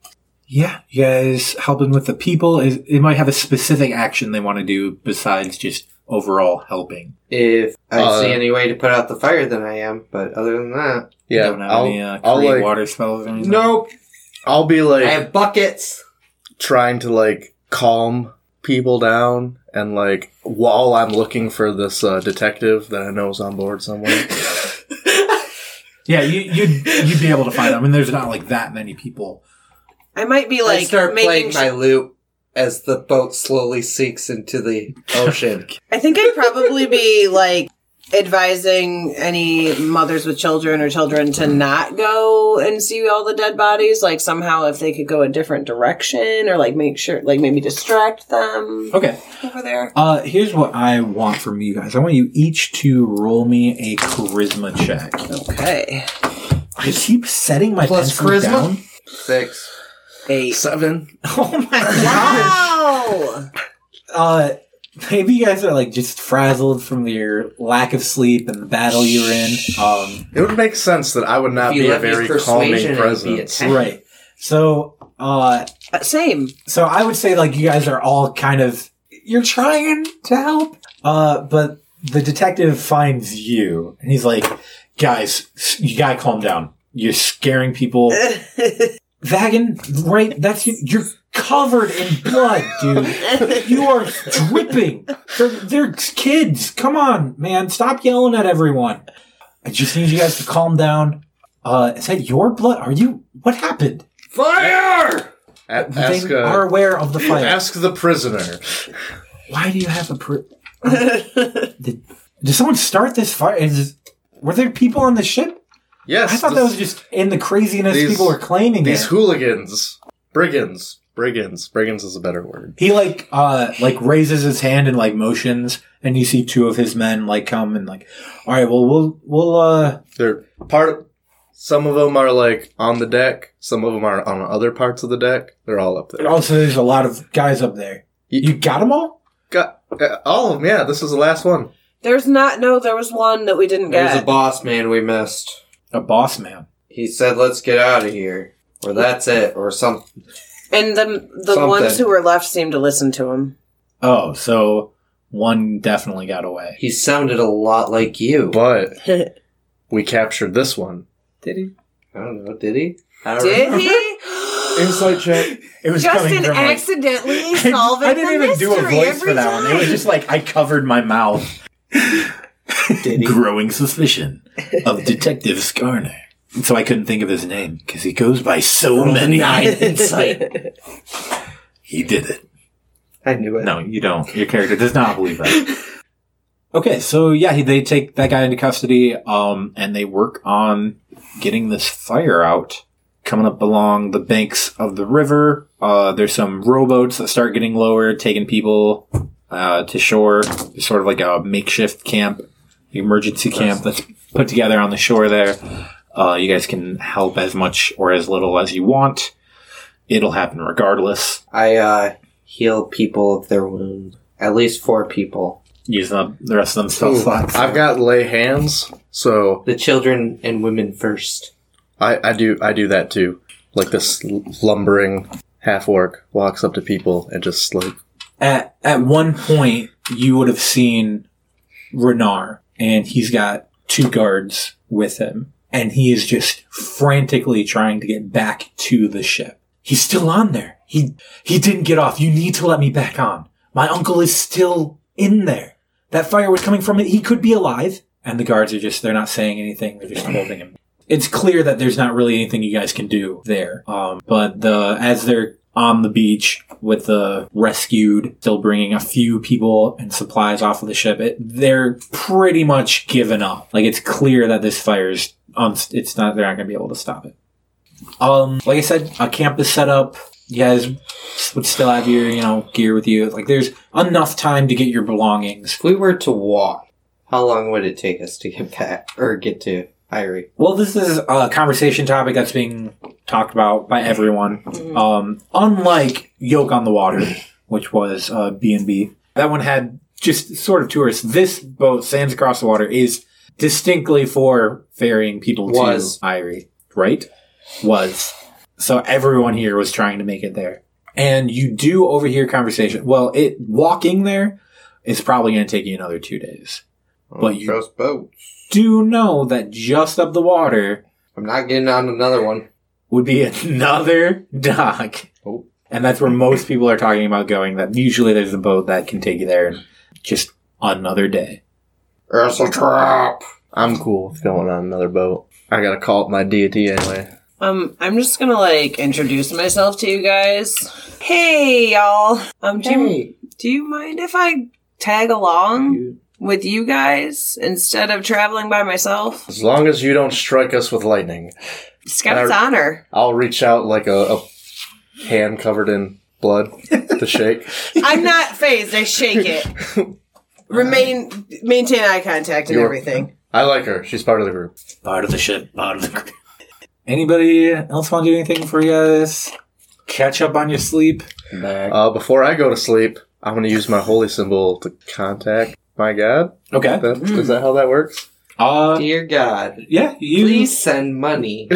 Speaker 5: Yeah, you guys helping with the people. Is They might have a specific action they want to do besides just overall helping.
Speaker 4: If I
Speaker 1: Uh,
Speaker 4: see any way to put out the fire, then I am. But other than that,
Speaker 1: Yeah,
Speaker 5: Don't have
Speaker 1: I'll,
Speaker 5: any uh,
Speaker 1: I'll
Speaker 5: create
Speaker 1: like,
Speaker 5: water spells or anything.
Speaker 4: nope.
Speaker 1: I'll be
Speaker 4: I
Speaker 1: like
Speaker 4: have buckets.
Speaker 1: trying to like calm people down and like while I'm looking for this uh, detective that I know is on board somewhere.
Speaker 5: Yeah, you, you'd, you'd be able to find them. I mean, there's not like that many people.
Speaker 11: I might be
Speaker 4: I
Speaker 11: like
Speaker 4: start
Speaker 11: making.
Speaker 4: playing
Speaker 11: sh-
Speaker 4: my loop as the boat slowly sinks into the ocean.
Speaker 11: I think
Speaker 3: I'd probably be like advising any mothers with children or children to not go and see all the dead bodies. Like somehow if they could go a different direction or like make sure, like maybe distract them
Speaker 5: Okay.
Speaker 3: over there.
Speaker 5: Uh, here's what I want from you guys. I want you each to roll me a charisma check.
Speaker 3: Okay.
Speaker 5: I keep setting my
Speaker 4: Plus
Speaker 5: pencil
Speaker 4: charisma?
Speaker 5: down.
Speaker 4: Six.
Speaker 3: Eight.
Speaker 1: Seven.
Speaker 5: Oh my god!
Speaker 3: Wow.
Speaker 5: Uh, maybe you guys are like just frazzled from your lack of sleep and the battle you're in. Um,
Speaker 1: It would make sense that I would not
Speaker 4: If you
Speaker 1: be a
Speaker 4: let me
Speaker 1: very
Speaker 4: persuasion,
Speaker 1: calming
Speaker 4: it would be a
Speaker 1: presence.
Speaker 4: ten.
Speaker 5: right. So, uh,
Speaker 3: Uh, Same.
Speaker 5: so I would say like you guys are all kind of you're trying to help, uh, but the detective finds you and he's like, "Guys, s- you gotta calm down. You're scaring people." Vagan, right? That's you. You're covered in blood, dude. You are dripping. They're, they're kids. Come on, man. Stop yelling at everyone. I just need you guys to calm down. Uh, is that your blood? Are you? What happened?
Speaker 4: Fire!
Speaker 1: A- ask,
Speaker 5: they
Speaker 1: uh,
Speaker 5: are aware of the fire.
Speaker 1: ask the prisoner.
Speaker 5: Why do you have a pr- did, did someone start this fire? Is were there people on the ship?
Speaker 1: Yes.
Speaker 5: I thought
Speaker 1: this-
Speaker 5: that was just in the craziness
Speaker 1: these-
Speaker 5: people were claiming
Speaker 1: these
Speaker 5: it.
Speaker 1: hooligans, brigands, brigands, brigands is a better word.
Speaker 5: he like uh like raises his hand and like motions, and you see two of his men like come and like, all right, well we'll we'll uh
Speaker 1: They're part. Of, some of them are like on the deck. Some of them are on other parts of the deck. They're all up there.
Speaker 5: also there's a lot of guys up there.
Speaker 1: Y-
Speaker 5: You got them all?
Speaker 1: Got, uh, all of them. Yeah, this is the last one.
Speaker 3: There's not, no, there was one that we didn't
Speaker 4: There's a
Speaker 3: get.
Speaker 4: boss man we missed.
Speaker 5: A boss man.
Speaker 4: He said, "Let's get out of here," or "That's it," or something.
Speaker 3: and the, the
Speaker 4: Something.
Speaker 3: ones who were left seemed to listen to him.
Speaker 5: Oh, so one definitely got away.
Speaker 4: He sounded a lot like you.
Speaker 1: But we captured this one.
Speaker 4: Did he? I don't know. Did he? I don't
Speaker 3: Did
Speaker 4: remember.
Speaker 3: he?
Speaker 1: Insight check.
Speaker 5: It was
Speaker 3: Justin
Speaker 5: like-
Speaker 3: accidentally
Speaker 5: I-
Speaker 3: solving
Speaker 5: I didn't
Speaker 3: the
Speaker 5: even do a
Speaker 3: mystery
Speaker 5: voice for
Speaker 3: every
Speaker 5: that one. It was
Speaker 3: time.
Speaker 5: just like I covered my mouth. Growing suspicion of Detective Skarner. So I couldn't think of his name because he goes by so many insight. He did it.
Speaker 4: I knew it.
Speaker 5: No, you don't. Your character does not believe that. Okay, so yeah, he- they take that guy into custody, um, and they work on getting this fire out. Coming up along the banks of the river, uh, there's some rowboats that start getting lower, taking people uh, to shore. It's sort of like a makeshift camp, emergency camp that's put together on the shore there. Uh, you guys can help as much or as little as you want. It'll happen regardless.
Speaker 4: I uh, heal people of their wounds. At least four people.
Speaker 5: Use them, the rest of them spell slots.
Speaker 1: I've got lay hands, so
Speaker 4: The children and women first.
Speaker 1: I, I do I do that too. Like this l- lumbering half orc walks up to people and just like
Speaker 5: at at one point you would have seen Renar and he's got two guards with him and he is just frantically trying to get back to the ship. He's still on there. He he didn't get off. You need to let me back on. My uncle is still in there. That fire was coming from it. He could be alive. And the guards are just they're not saying anything. They're just holding him it's clear that there's not really anything you guys can do there. Um, but the as they're on the beach with the rescued, still bringing a few people and supplies off of the ship, it, they're pretty much given up. Like it's clear that this fire is on. It's not. They're not going to be able to stop it. Um, like I said, a camp is set up. You guys would still have your you know gear with you. Like there's enough time to get your belongings.
Speaker 4: If we were to walk, how long would it take us to get back or get to Irie.
Speaker 5: Well, this is a conversation topic that's being talked about by everyone. Um, unlike Yoke on the Water, which was uh, B&B, that one had just sort of tourists. This boat, Sands Across the Water, is distinctly for ferrying people
Speaker 4: Was.
Speaker 5: to Irie, right? Was. So everyone here was trying to make it there. And you do overhear conversation. Well, it walking there is probably going to take you another two days. But you-
Speaker 4: trust boats.
Speaker 5: Do know that just up the water –
Speaker 4: I'm not getting on another one.
Speaker 5: would be another dock.
Speaker 4: Oh.
Speaker 5: And that's where most people are talking about going. That usually there's a boat that can take you there and just another day.
Speaker 4: It's a trap.
Speaker 1: I'm cool with going on another boat. I gotta call up my deity anyway.
Speaker 3: Um, I'm just gonna like introduce myself to you guys. Hey, y'all. Um, do, you, do you mind if I tag along with you guys instead of traveling by myself?
Speaker 1: As long as you don't strike us with lightning,
Speaker 3: Scout's
Speaker 1: I-
Speaker 3: honor.
Speaker 1: I'll reach out like a, a hand covered in blood to shake.
Speaker 3: I'm not phased. I shake it.
Speaker 9: Remain, maintain eye contact and
Speaker 1: You're-
Speaker 9: everything.
Speaker 1: I like her. She's part of the group.
Speaker 5: Part of the ship, part of the crew. Anybody else want to do anything for you guys? Catch up on your sleep?
Speaker 1: Uh, before I go to sleep, I'm gonna use my holy symbol to contact my god.
Speaker 5: Okay.
Speaker 1: That, is that how that works?
Speaker 5: Uh,
Speaker 4: Dear God,
Speaker 5: yeah, you,
Speaker 4: please send money.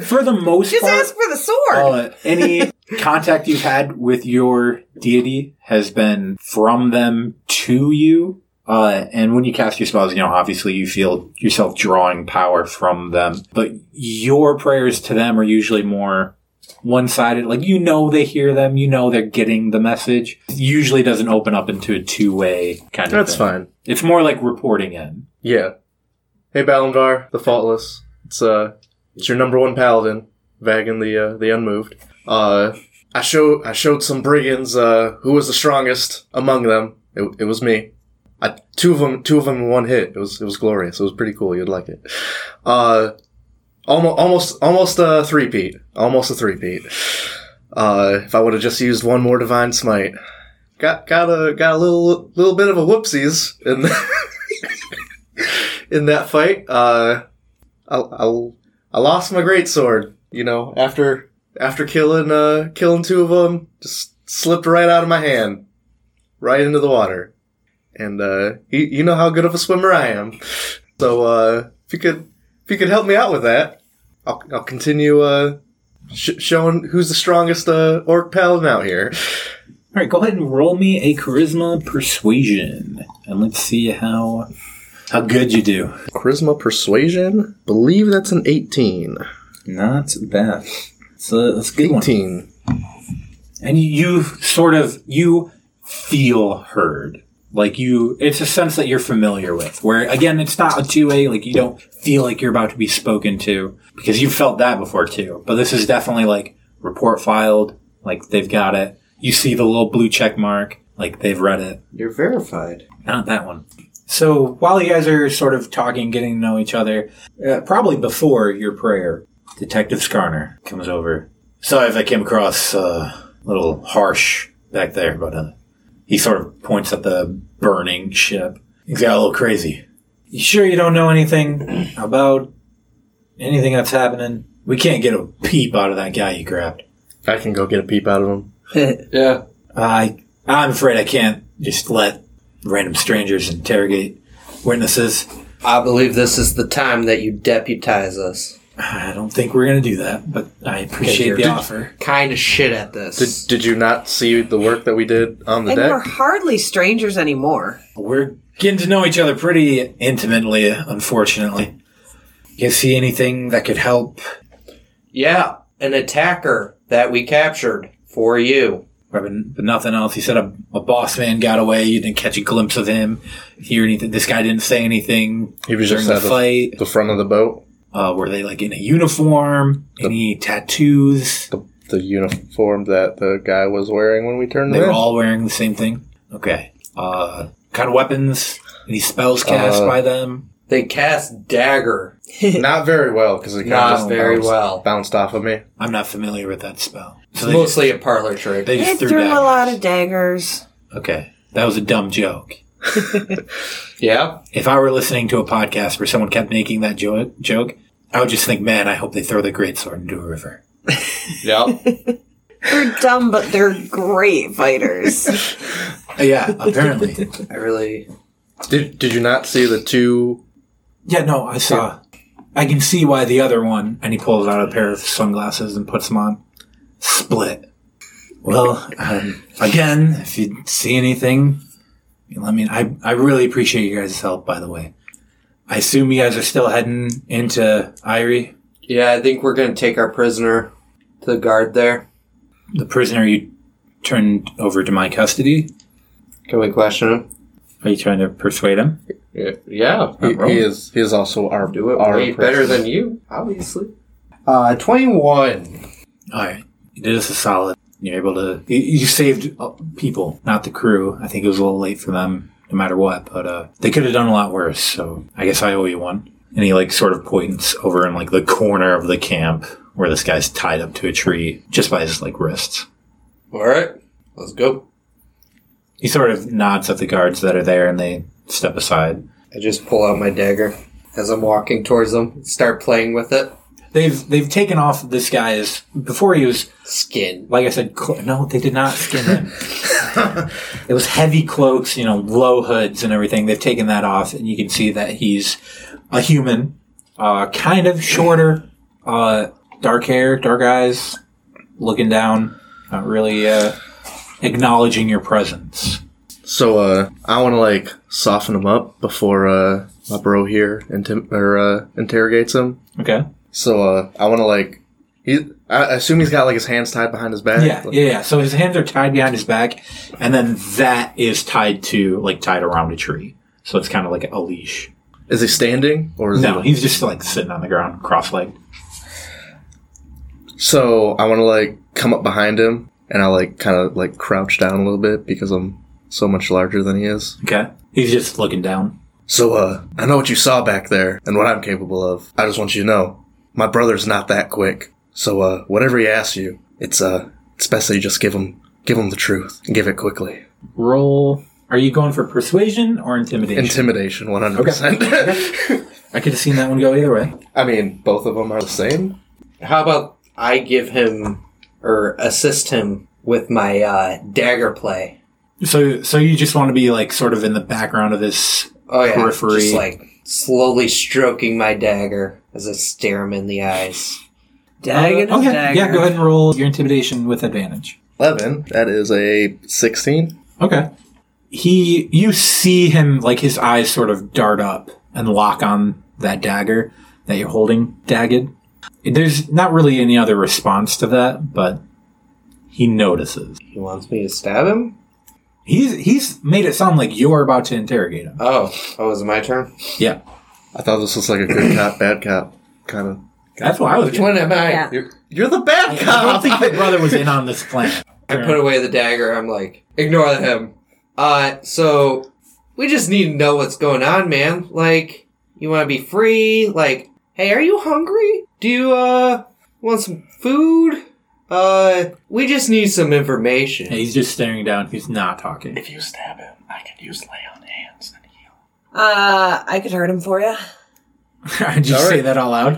Speaker 5: for the most
Speaker 9: Just
Speaker 5: part,
Speaker 9: ask for the sword.
Speaker 3: Oh,
Speaker 5: uh, any contact you've had with your deity has been from them to you. Uh, and when you cast your spells, you know, obviously you feel yourself drawing power from them. But your prayers to them are usually more one sided. Like, you know, they hear them, you know, they're getting the message. It usually doesn't open up into a two way kind of
Speaker 1: That's
Speaker 5: thing.
Speaker 1: fine.
Speaker 5: It's more like reporting in.
Speaker 1: Yeah. Hey, Balamvar, the Faultless. It's uh, it's your number one paladin, Vagan the uh, the Unmoved. Uh, I show I showed some brigands uh, who was the strongest among them. It, it was me. I, two of them, two of them in one hit. It was it was glorious. It was pretty cool. You'd like it. Uh, almost almost almost a three peat. Almost a three peat. Uh, if I would have just used one more divine smite, got got a got a little little bit of a whoopsies in. in that fight. Uh, I, I, I lost my great sword. You know, after after killing uh, killing two of them, just slipped right out of my hand, right into the water. And uh, you, you know how good of a swimmer I am. So uh, if you could if you could help me out with that, I'll, I'll continue uh, sh- showing who's the strongest uh, orc paladin out here.
Speaker 5: All right, go ahead and roll me a charisma persuasion, and let's see how how good you do.
Speaker 1: Charisma persuasion, believe that's an eighteen.
Speaker 5: Not bad. So that's a good one.
Speaker 1: Eighteen.
Speaker 5: And you you sort of you feel heard. Like you it's a sense that you're familiar with. Where again it's not a two way, like you don't feel like you're about to be spoken to. Because you've felt that before too. But this is definitely like report filed, like they've got it. You see the little blue check mark, like they've read it.
Speaker 4: You're verified.
Speaker 5: Not that one. So while you guys are sort of talking, getting to know each other, uh, probably before your prayer, Detective Skarner comes over. Sorry if I came across uh, a little harsh back there, but uh, he sort of points at the burning ship. He's got a little crazy. You sure you don't know anything about anything that's happening? We can't get a peep out of that guy you grabbed.
Speaker 1: I can go get a peep out of him.
Speaker 4: Yeah.
Speaker 5: I I'm afraid I can't just let random strangers interrogate witnesses.
Speaker 4: I believe this is the time that you deputize us.
Speaker 5: I don't think we're gonna do that, but I appreciate the offer.
Speaker 4: Kind of shit at this.
Speaker 1: Did, did you not see the work that we did on the
Speaker 3: And we're
Speaker 1: deck?
Speaker 3: hardly strangers anymore.
Speaker 5: We're getting to know each other pretty intimately, unfortunately. You see anything that could help?
Speaker 4: yeah, an attacker that we captured for you.
Speaker 5: But but nothing else. He said a, a boss man got away. You didn't catch a glimpse of him, hear anything. This guy didn't say anything
Speaker 1: He was
Speaker 5: during
Speaker 1: just
Speaker 5: the
Speaker 1: at the,
Speaker 5: fight.
Speaker 1: the front of the boat.
Speaker 5: Uh, were they like in a uniform? Any tattoos?
Speaker 1: The, the uniform that the guy was wearing when we turned
Speaker 5: They
Speaker 1: him
Speaker 5: were
Speaker 1: in.
Speaker 5: all wearing the same thing. Okay. Uh, kind of weapons? Any spells cast
Speaker 1: Uh,
Speaker 5: by them?
Speaker 4: They cast dagger.
Speaker 1: not very well because it kind
Speaker 4: Not
Speaker 1: of just
Speaker 4: very
Speaker 1: bounced,
Speaker 4: well.
Speaker 1: bounced off of me.
Speaker 5: I'm not familiar with that spell. So they just-
Speaker 4: Mostly a parlor trick.
Speaker 5: They
Speaker 3: I
Speaker 5: just
Speaker 3: threw
Speaker 5: threw, that.
Speaker 3: a lot of daggers.
Speaker 5: Okay, that was a dumb joke.
Speaker 4: Yeah.
Speaker 5: If I were listening to a podcast where someone kept making that jo- joke, I would just think, man, I hope they throw the great sword into a river.
Speaker 4: Yeah.
Speaker 3: They're dumb, but they're great fighters.
Speaker 5: Uh, yeah, apparently.
Speaker 4: I really.
Speaker 1: Did Did you not see the two?
Speaker 5: yeah, no, I saw. I can see why the other one, and he pulls out a pair of sunglasses and puts them on. Split. Well, um, again, if you see anything, let me. I I really appreciate you guys' help, by the way. I assume you guys are still heading into Irie,
Speaker 4: Yeah, I think we're gonna take our prisoner to the guard there.
Speaker 5: the prisoner you turned over to my custody.
Speaker 4: Can we question him?
Speaker 8: Are you trying to persuade him?
Speaker 4: Yeah. yeah.
Speaker 1: He, he is he is also our
Speaker 4: Do it
Speaker 1: our
Speaker 4: way
Speaker 1: person.
Speaker 4: better than you, obviously.
Speaker 1: uh twenty one.
Speaker 5: All right, you did us a solid. You're able to. You, you saved uh, people, not the crew. I think it was a little late for them, no matter what. But uh, they could have done a lot worse. So I guess I owe you one. And he like sort of points over in like the corner of the camp where this guy's tied up to a tree just by his like wrists.
Speaker 4: All right, let's go.
Speaker 5: He sort of nods at the guards that are there, and they step aside.
Speaker 4: I just pull out my dagger as I'm walking towards them. Start playing with it.
Speaker 5: They've they've taken off this guy's before he was
Speaker 4: Skin.
Speaker 5: like I said, clo- no, they did not skin him. it was heavy cloaks, you know, low hoods and everything. They've taken that off, and you can see that he's a human, uh, kind of shorter, uh, dark hair, dark eyes, looking down, not really uh, acknowledging your presence.
Speaker 1: So uh I wanna like soften him up before uh my bro here intim- or uh interrogates him.
Speaker 5: Okay.
Speaker 1: So uh I wanna like he I assume he's got like his hands tied behind his back.
Speaker 5: Yeah, yeah, yeah. So his hands are tied behind his back, and then that is tied to, like, tied around a tree. So it's kind of like a leash.
Speaker 1: Is he standing or is
Speaker 5: No,
Speaker 1: he
Speaker 5: he's just, like, sitting on the ground, cross legged.
Speaker 1: So I wanna like come up behind him and I like kinda like crouch down a little bit because I'm so much larger than he is.
Speaker 5: Okay. He's just looking down.
Speaker 1: So, uh, I know what you saw back there and what I'm capable of. I just want you to know, my brother's not that quick. So, uh, whatever he asks you, it's, uh, it's best that you just give him, give him the truth and give it quickly.
Speaker 5: Roll. Are you going for persuasion or intimidation?
Speaker 1: Intimidation, 100%.
Speaker 5: I could have seen that one go either way.
Speaker 1: I mean, both of them are the same.
Speaker 4: How about I give him or assist him with my uh, dagger play?
Speaker 5: So, so you just want to be like sort of in the background of this.
Speaker 4: oh, yeah.
Speaker 5: periphery.
Speaker 4: Just like slowly stroking my dagger as I stare him in the eyes.
Speaker 11: Dagger to
Speaker 5: uh, okay,
Speaker 11: dagger.
Speaker 5: yeah. Go ahead and roll your intimidation with advantage.
Speaker 1: 11. That is a 16.
Speaker 5: Okay. He, you see him like his eyes sort of dart up and lock on that dagger that you're holding, dagged. There's not really any other response to that, but he notices.
Speaker 4: He wants me to stab him?
Speaker 5: He's he's made it sound like you're about to interrogate him.
Speaker 4: Oh, oh, is it my turn?
Speaker 5: Yeah,
Speaker 1: I thought this was like a good cop, bad cop kind of.
Speaker 5: that's what I was.
Speaker 4: Which one am I?
Speaker 3: Yeah.
Speaker 1: You're, you're the bad
Speaker 5: I don't
Speaker 1: cop!
Speaker 5: think your brother was in on this plan.
Speaker 4: I put away the dagger. I'm like, ignore him. Uh, so we just need to know what's going on, man. Like, you want to be free? Like, hey, are you hungry? Do you uh want some food? Uh, we just need some
Speaker 8: Yeah,
Speaker 4: information.
Speaker 8: he's just staring down. He's not talking.
Speaker 1: If you stab him, I can use lay on hands.
Speaker 11: Uh, I could hurt him for you.
Speaker 8: I just say that out loud.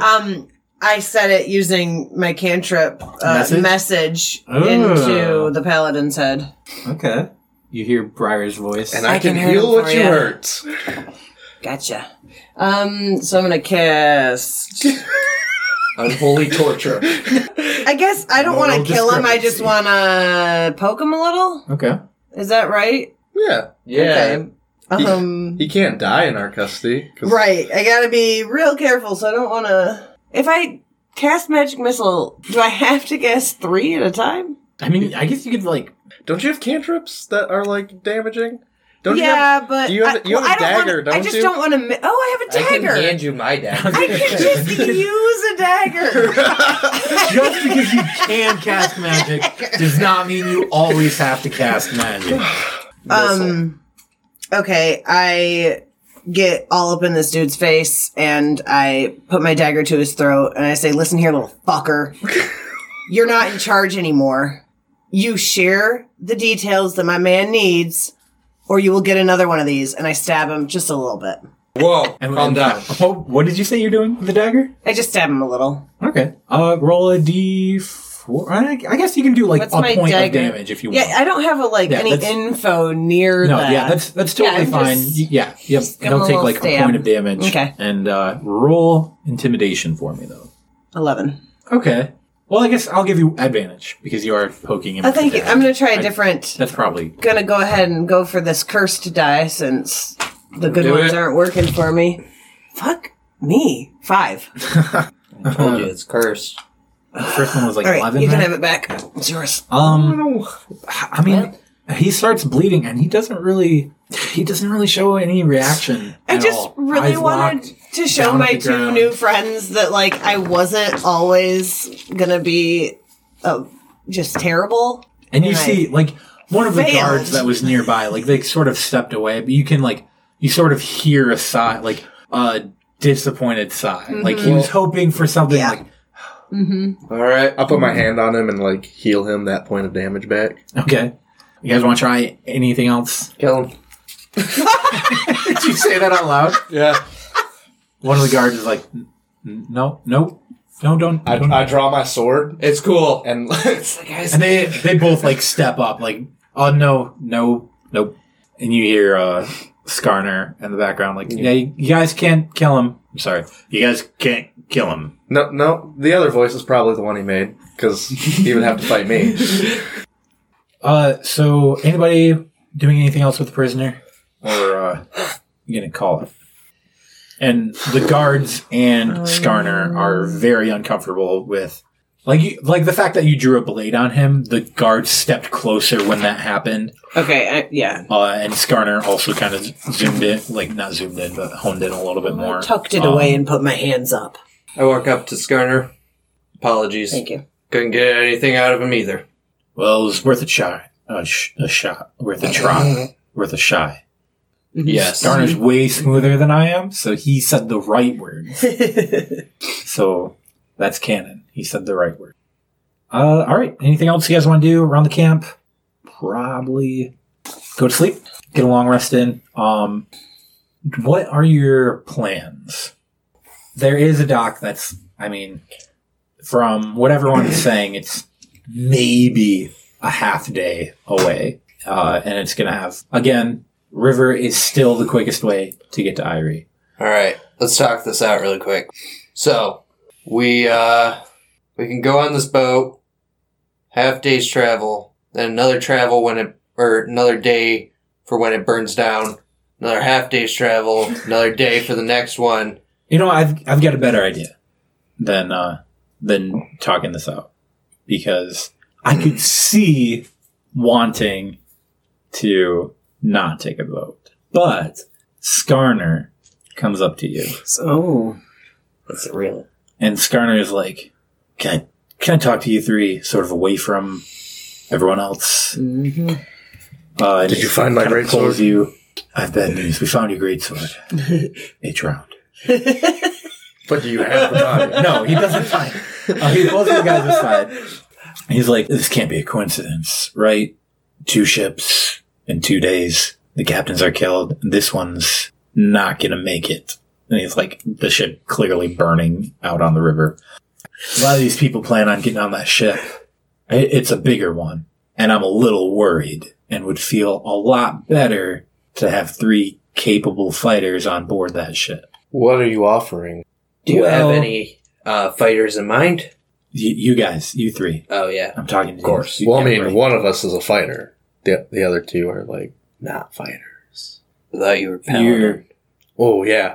Speaker 9: Um, I said it using my cantrip uh,
Speaker 8: Message?
Speaker 9: message,
Speaker 8: Oh.
Speaker 9: into the paladin's head.
Speaker 8: Okay. You hear Briar's voice.
Speaker 1: And I,
Speaker 11: I
Speaker 1: can,
Speaker 11: can hurt
Speaker 1: heal
Speaker 11: him
Speaker 1: what
Speaker 11: for
Speaker 1: you
Speaker 11: ya.
Speaker 1: hurt.
Speaker 11: Gotcha.
Speaker 9: Um, so I'm gonna cast.
Speaker 4: Unholy torture.
Speaker 9: I guess I don't want
Speaker 8: Moral
Speaker 9: to kill him. I just
Speaker 8: discrepancy.
Speaker 9: want to poke him a little.
Speaker 8: okay.
Speaker 9: Is that right?
Speaker 1: Yeah.
Speaker 4: Yeah.
Speaker 9: Okay. Um,
Speaker 1: He can't die in our custody. 'cause-
Speaker 9: right. I gotta be real careful, so I don't want to.
Speaker 3: if I cast magic missile, do I have to cast three at a time?
Speaker 8: I mean, I guess you could like.
Speaker 1: Don't you have cantrips that are like damaging? Don't you have
Speaker 3: yeah, but
Speaker 1: do you have-
Speaker 3: I-
Speaker 1: you have
Speaker 3: well,
Speaker 1: a
Speaker 3: I don't wanna-
Speaker 1: dagger, don't
Speaker 3: I just
Speaker 1: you?
Speaker 3: don't want to. Mi- oh, I
Speaker 4: I
Speaker 3: have a
Speaker 4: can
Speaker 3: dagger.
Speaker 4: hand you my dagger.
Speaker 3: I can just use a dagger.
Speaker 8: Just because you can cast magic does not mean you always have to cast magic.
Speaker 9: Um, okay. I get all up in this dude's face and I put my dagger to his throat and I say, "Listen here, little fucker. You're not in charge anymore. You share the details that my man needs."
Speaker 3: or you will get another one of these. And I stab him just a little bit.
Speaker 4: Whoa, calm down.
Speaker 5: Oh, what did you say you're doing with the dagger?
Speaker 3: I just stab him a little.
Speaker 5: Okay. Uh, roll a d4. I, I guess you can do like
Speaker 3: What's
Speaker 5: a
Speaker 3: my
Speaker 5: point
Speaker 3: dagger?
Speaker 5: of damage if you
Speaker 3: Yeah,
Speaker 5: want.
Speaker 3: I don't have a, like
Speaker 5: Yeah,
Speaker 3: any
Speaker 5: that's-
Speaker 3: info near
Speaker 5: no,
Speaker 3: that.
Speaker 5: yeah, that's that's
Speaker 3: Yeah,
Speaker 5: totally
Speaker 3: I'm
Speaker 5: fine.
Speaker 3: just-
Speaker 5: Y- yeah, yep.
Speaker 3: give him
Speaker 5: Don't
Speaker 3: a
Speaker 5: take
Speaker 3: little
Speaker 5: like a
Speaker 3: stab.
Speaker 5: point of damage.
Speaker 3: Okay.
Speaker 5: And uh, roll intimidation for me though.
Speaker 3: eleven.
Speaker 5: Okay. Well, I guess I'll give you advantage because you are poking him.
Speaker 3: I
Speaker 5: with the
Speaker 3: think
Speaker 5: dagger.
Speaker 3: Oh, I'm gonna try a
Speaker 5: I-
Speaker 3: different.
Speaker 5: That's probably
Speaker 3: gonna go ahead and go for this cursed die since the good
Speaker 4: Do
Speaker 3: ones
Speaker 4: it.
Speaker 3: aren't working for me. Fuck me. Five.
Speaker 4: I told you it's cursed.
Speaker 5: the first one was like
Speaker 3: All right,
Speaker 5: eleven.
Speaker 3: you can
Speaker 5: right?
Speaker 3: have it back. It's yours.
Speaker 5: Um, I mean, he starts bleeding, and he doesn't really, he doesn't really show any reaction.
Speaker 3: I
Speaker 5: at
Speaker 3: just
Speaker 5: all.
Speaker 3: really
Speaker 5: Eyes
Speaker 3: wanted
Speaker 5: locked.
Speaker 3: to show
Speaker 5: down at
Speaker 3: my
Speaker 5: the
Speaker 3: two
Speaker 5: ground.
Speaker 3: new friends that like I wasn't always gonna be uh, just terrible.
Speaker 5: and you
Speaker 3: and I
Speaker 5: see like one of the
Speaker 3: failed.
Speaker 5: guards that was nearby, like they sort of stepped away, but you can like you sort of hear a sigh, like a disappointed sigh, like he was hoping for something
Speaker 3: Yeah.
Speaker 5: like.
Speaker 1: All right, I'll put my hand on him and like heal him that point of damage back.
Speaker 5: Okay, you guys want to try anything else?
Speaker 4: Kill him.
Speaker 5: Did you say that out loud?
Speaker 1: Yeah,
Speaker 5: One of the guards is like, "N- n- no, no, no, don't.
Speaker 1: I,
Speaker 5: don't.
Speaker 1: I draw my sword
Speaker 4: It's cool.
Speaker 1: and
Speaker 4: Guys,
Speaker 5: and they they both like step up like oh no no nope and you hear uh skarner in the background like yeah you, you guys can't kill him i'm sorry you guys can't kill him
Speaker 1: no, no, the other voice is probably the one he made because he would have to fight me.
Speaker 5: uh so anybody doing anything else with the prisoner or uh you gonna call it and the guards and skarner are very uncomfortable with like you, like the fact that you drew a blade on him the guards stepped closer when that happened
Speaker 15: Okay, I, yeah.
Speaker 5: Uh, and Skarner also kind of zoomed in, like not zoomed in, but honed in a little bit more.
Speaker 15: Tucked it
Speaker 5: Um,
Speaker 15: away and put my hands up.
Speaker 4: I walk up to Skarner. Apologies.
Speaker 15: Thank you.
Speaker 4: Couldn't get anything out of him either.
Speaker 5: Well, it was worth a shot. A, sh- a shot. Worth a try. worth a shy.
Speaker 4: Yes.
Speaker 5: Skarner's way smoother than I am, so he said the right words. so that's canon. He said the right word. Uh, all right. Anything else you guys want to do around the camp? Probably go to sleep. Get a long rest in. Um, what are your plans? There is a dock that's, I mean, from what everyone's saying, it's maybe a half day away. Uh, and it's going to have, again, river is still the quickest way to get to Irie.
Speaker 4: All right, let's talk this out really quick. So we uh, we can go on this boat, half day's travel, then another travel when it or another day for when it burns down, another half day's travel, another day for the next one.
Speaker 5: You know, I've, I've got a better idea than, uh, than talking this out because I could see wanting to not take a vote, but Skarner comes up to you.
Speaker 16: So
Speaker 4: That's real.
Speaker 5: And Skarner is like, "Can I can I talk to you three, sort of away from everyone else?" Uh, and
Speaker 1: Did
Speaker 5: he
Speaker 1: you find my
Speaker 5: kind of
Speaker 1: great
Speaker 5: pulls
Speaker 1: sword?
Speaker 5: You, I have bad news. We found your great sword. It's drowned.
Speaker 1: But do you have the body?
Speaker 5: No, he doesn't find. Uh, he pulls the guys aside. And he's like, "This can't be a coincidence, right? Two ships in two days. The captains are killed. This one's not gonna make it." And he's like, "The ship clearly burning out on the river." a lot of these people plan on getting on that ship. I- It's a bigger one, and I'm a little worried and would feel a lot better to have three capable fighters on board that ship.
Speaker 1: What are you offering?
Speaker 4: Do you
Speaker 5: Well-
Speaker 4: have any uh, fighters in mind?
Speaker 5: You, you guys, you three.
Speaker 4: Oh yeah,
Speaker 5: I'm talking to
Speaker 4: Of course.
Speaker 5: you.
Speaker 1: Well, I
Speaker 5: Yeah,
Speaker 1: mean,
Speaker 5: right.
Speaker 1: one of us is a fighter. The the other two are like not fighters.
Speaker 4: I thought you were paladin.
Speaker 5: you're
Speaker 1: Oh yeah,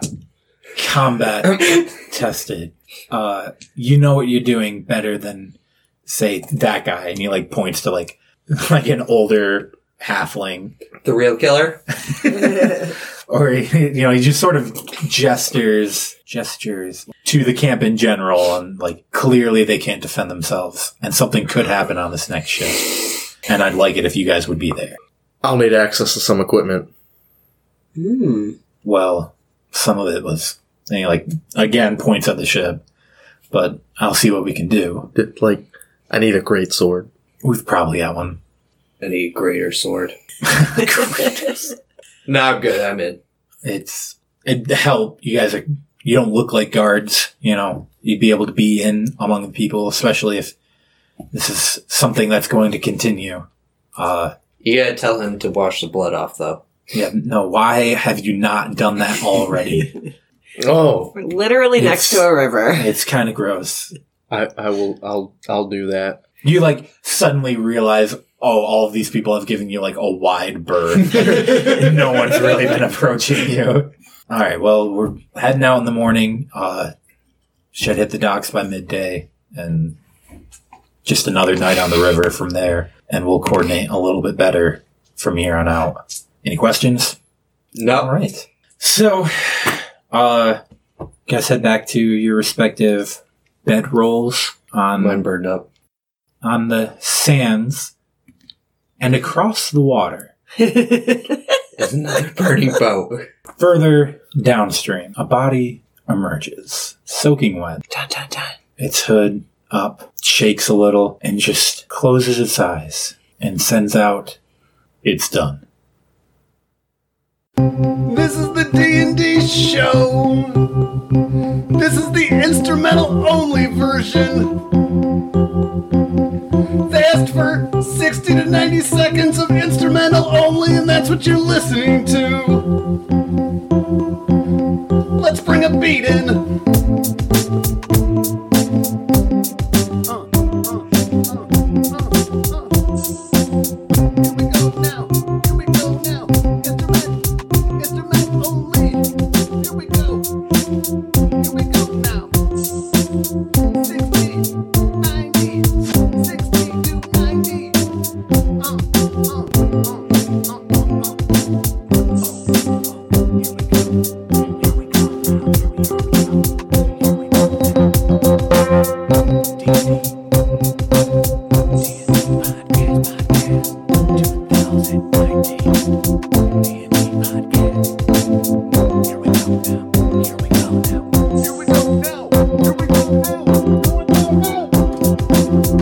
Speaker 5: combat tested. Uh, you know what you're doing better than, say, that guy. And he like points to like like an older halfling
Speaker 4: the real killer.
Speaker 5: or you know he just sort of gestures gestures to the camp in general and like clearly they can't defend themselves and something could happen on this next ship and i'd like it if you guys would be there
Speaker 1: I'll need access to some equipment.
Speaker 5: well some of it was and he like again points at the ship but i'll see what we can do
Speaker 1: Did, like, I need a great sword.
Speaker 5: we've probably got one
Speaker 4: any greater sword. no, I'm good. I'm in.
Speaker 5: It's it help. You guys are you don't look like guards. You know you'd be able to be in among the people, especially if this is something that's going to continue. Uh,
Speaker 4: You gotta tell him to wash the blood off, though.
Speaker 5: yeah. No. Why have you not done that already?
Speaker 1: Oh,
Speaker 3: We're literally next to a river.
Speaker 5: it's kind of gross.
Speaker 1: I, I will. I'll. I'll do that.
Speaker 5: You like suddenly realize, oh, all of these people have given you like a wide berth. And no one's really been approaching you. All right, well, we're heading out in the morning. Uh, should hit the docks by midday, and just another night on the river from there. And we'll coordinate a little bit better from here on out. Any questions? All
Speaker 4: No.
Speaker 5: right. So, uh, guys, head back to your respective bed rolls on
Speaker 4: Mine burned up.
Speaker 5: on the sands and across the water,
Speaker 4: It's another burning boat.
Speaker 5: further downstream, a body emerges, soaking wet.
Speaker 17: Dun, dun, dun.
Speaker 5: Its hood up, shakes a little, and just closes its eyes and sends out, It's done.
Speaker 18: This is the D&D show. This is the instrumental only version. They asked for 60 to 90 seconds of instrumental only and that's what you're listening to. Let's bring a beat in. Uh, uh, uh, uh, uh. Here we go now. Here we go now. Instrument Instrument only. oh, Here we go. Here we go now. 60, 90, 60 to 90. Uh, uh, uh, uh, uh, uh. Here we go now. Here we go now. Here we go now.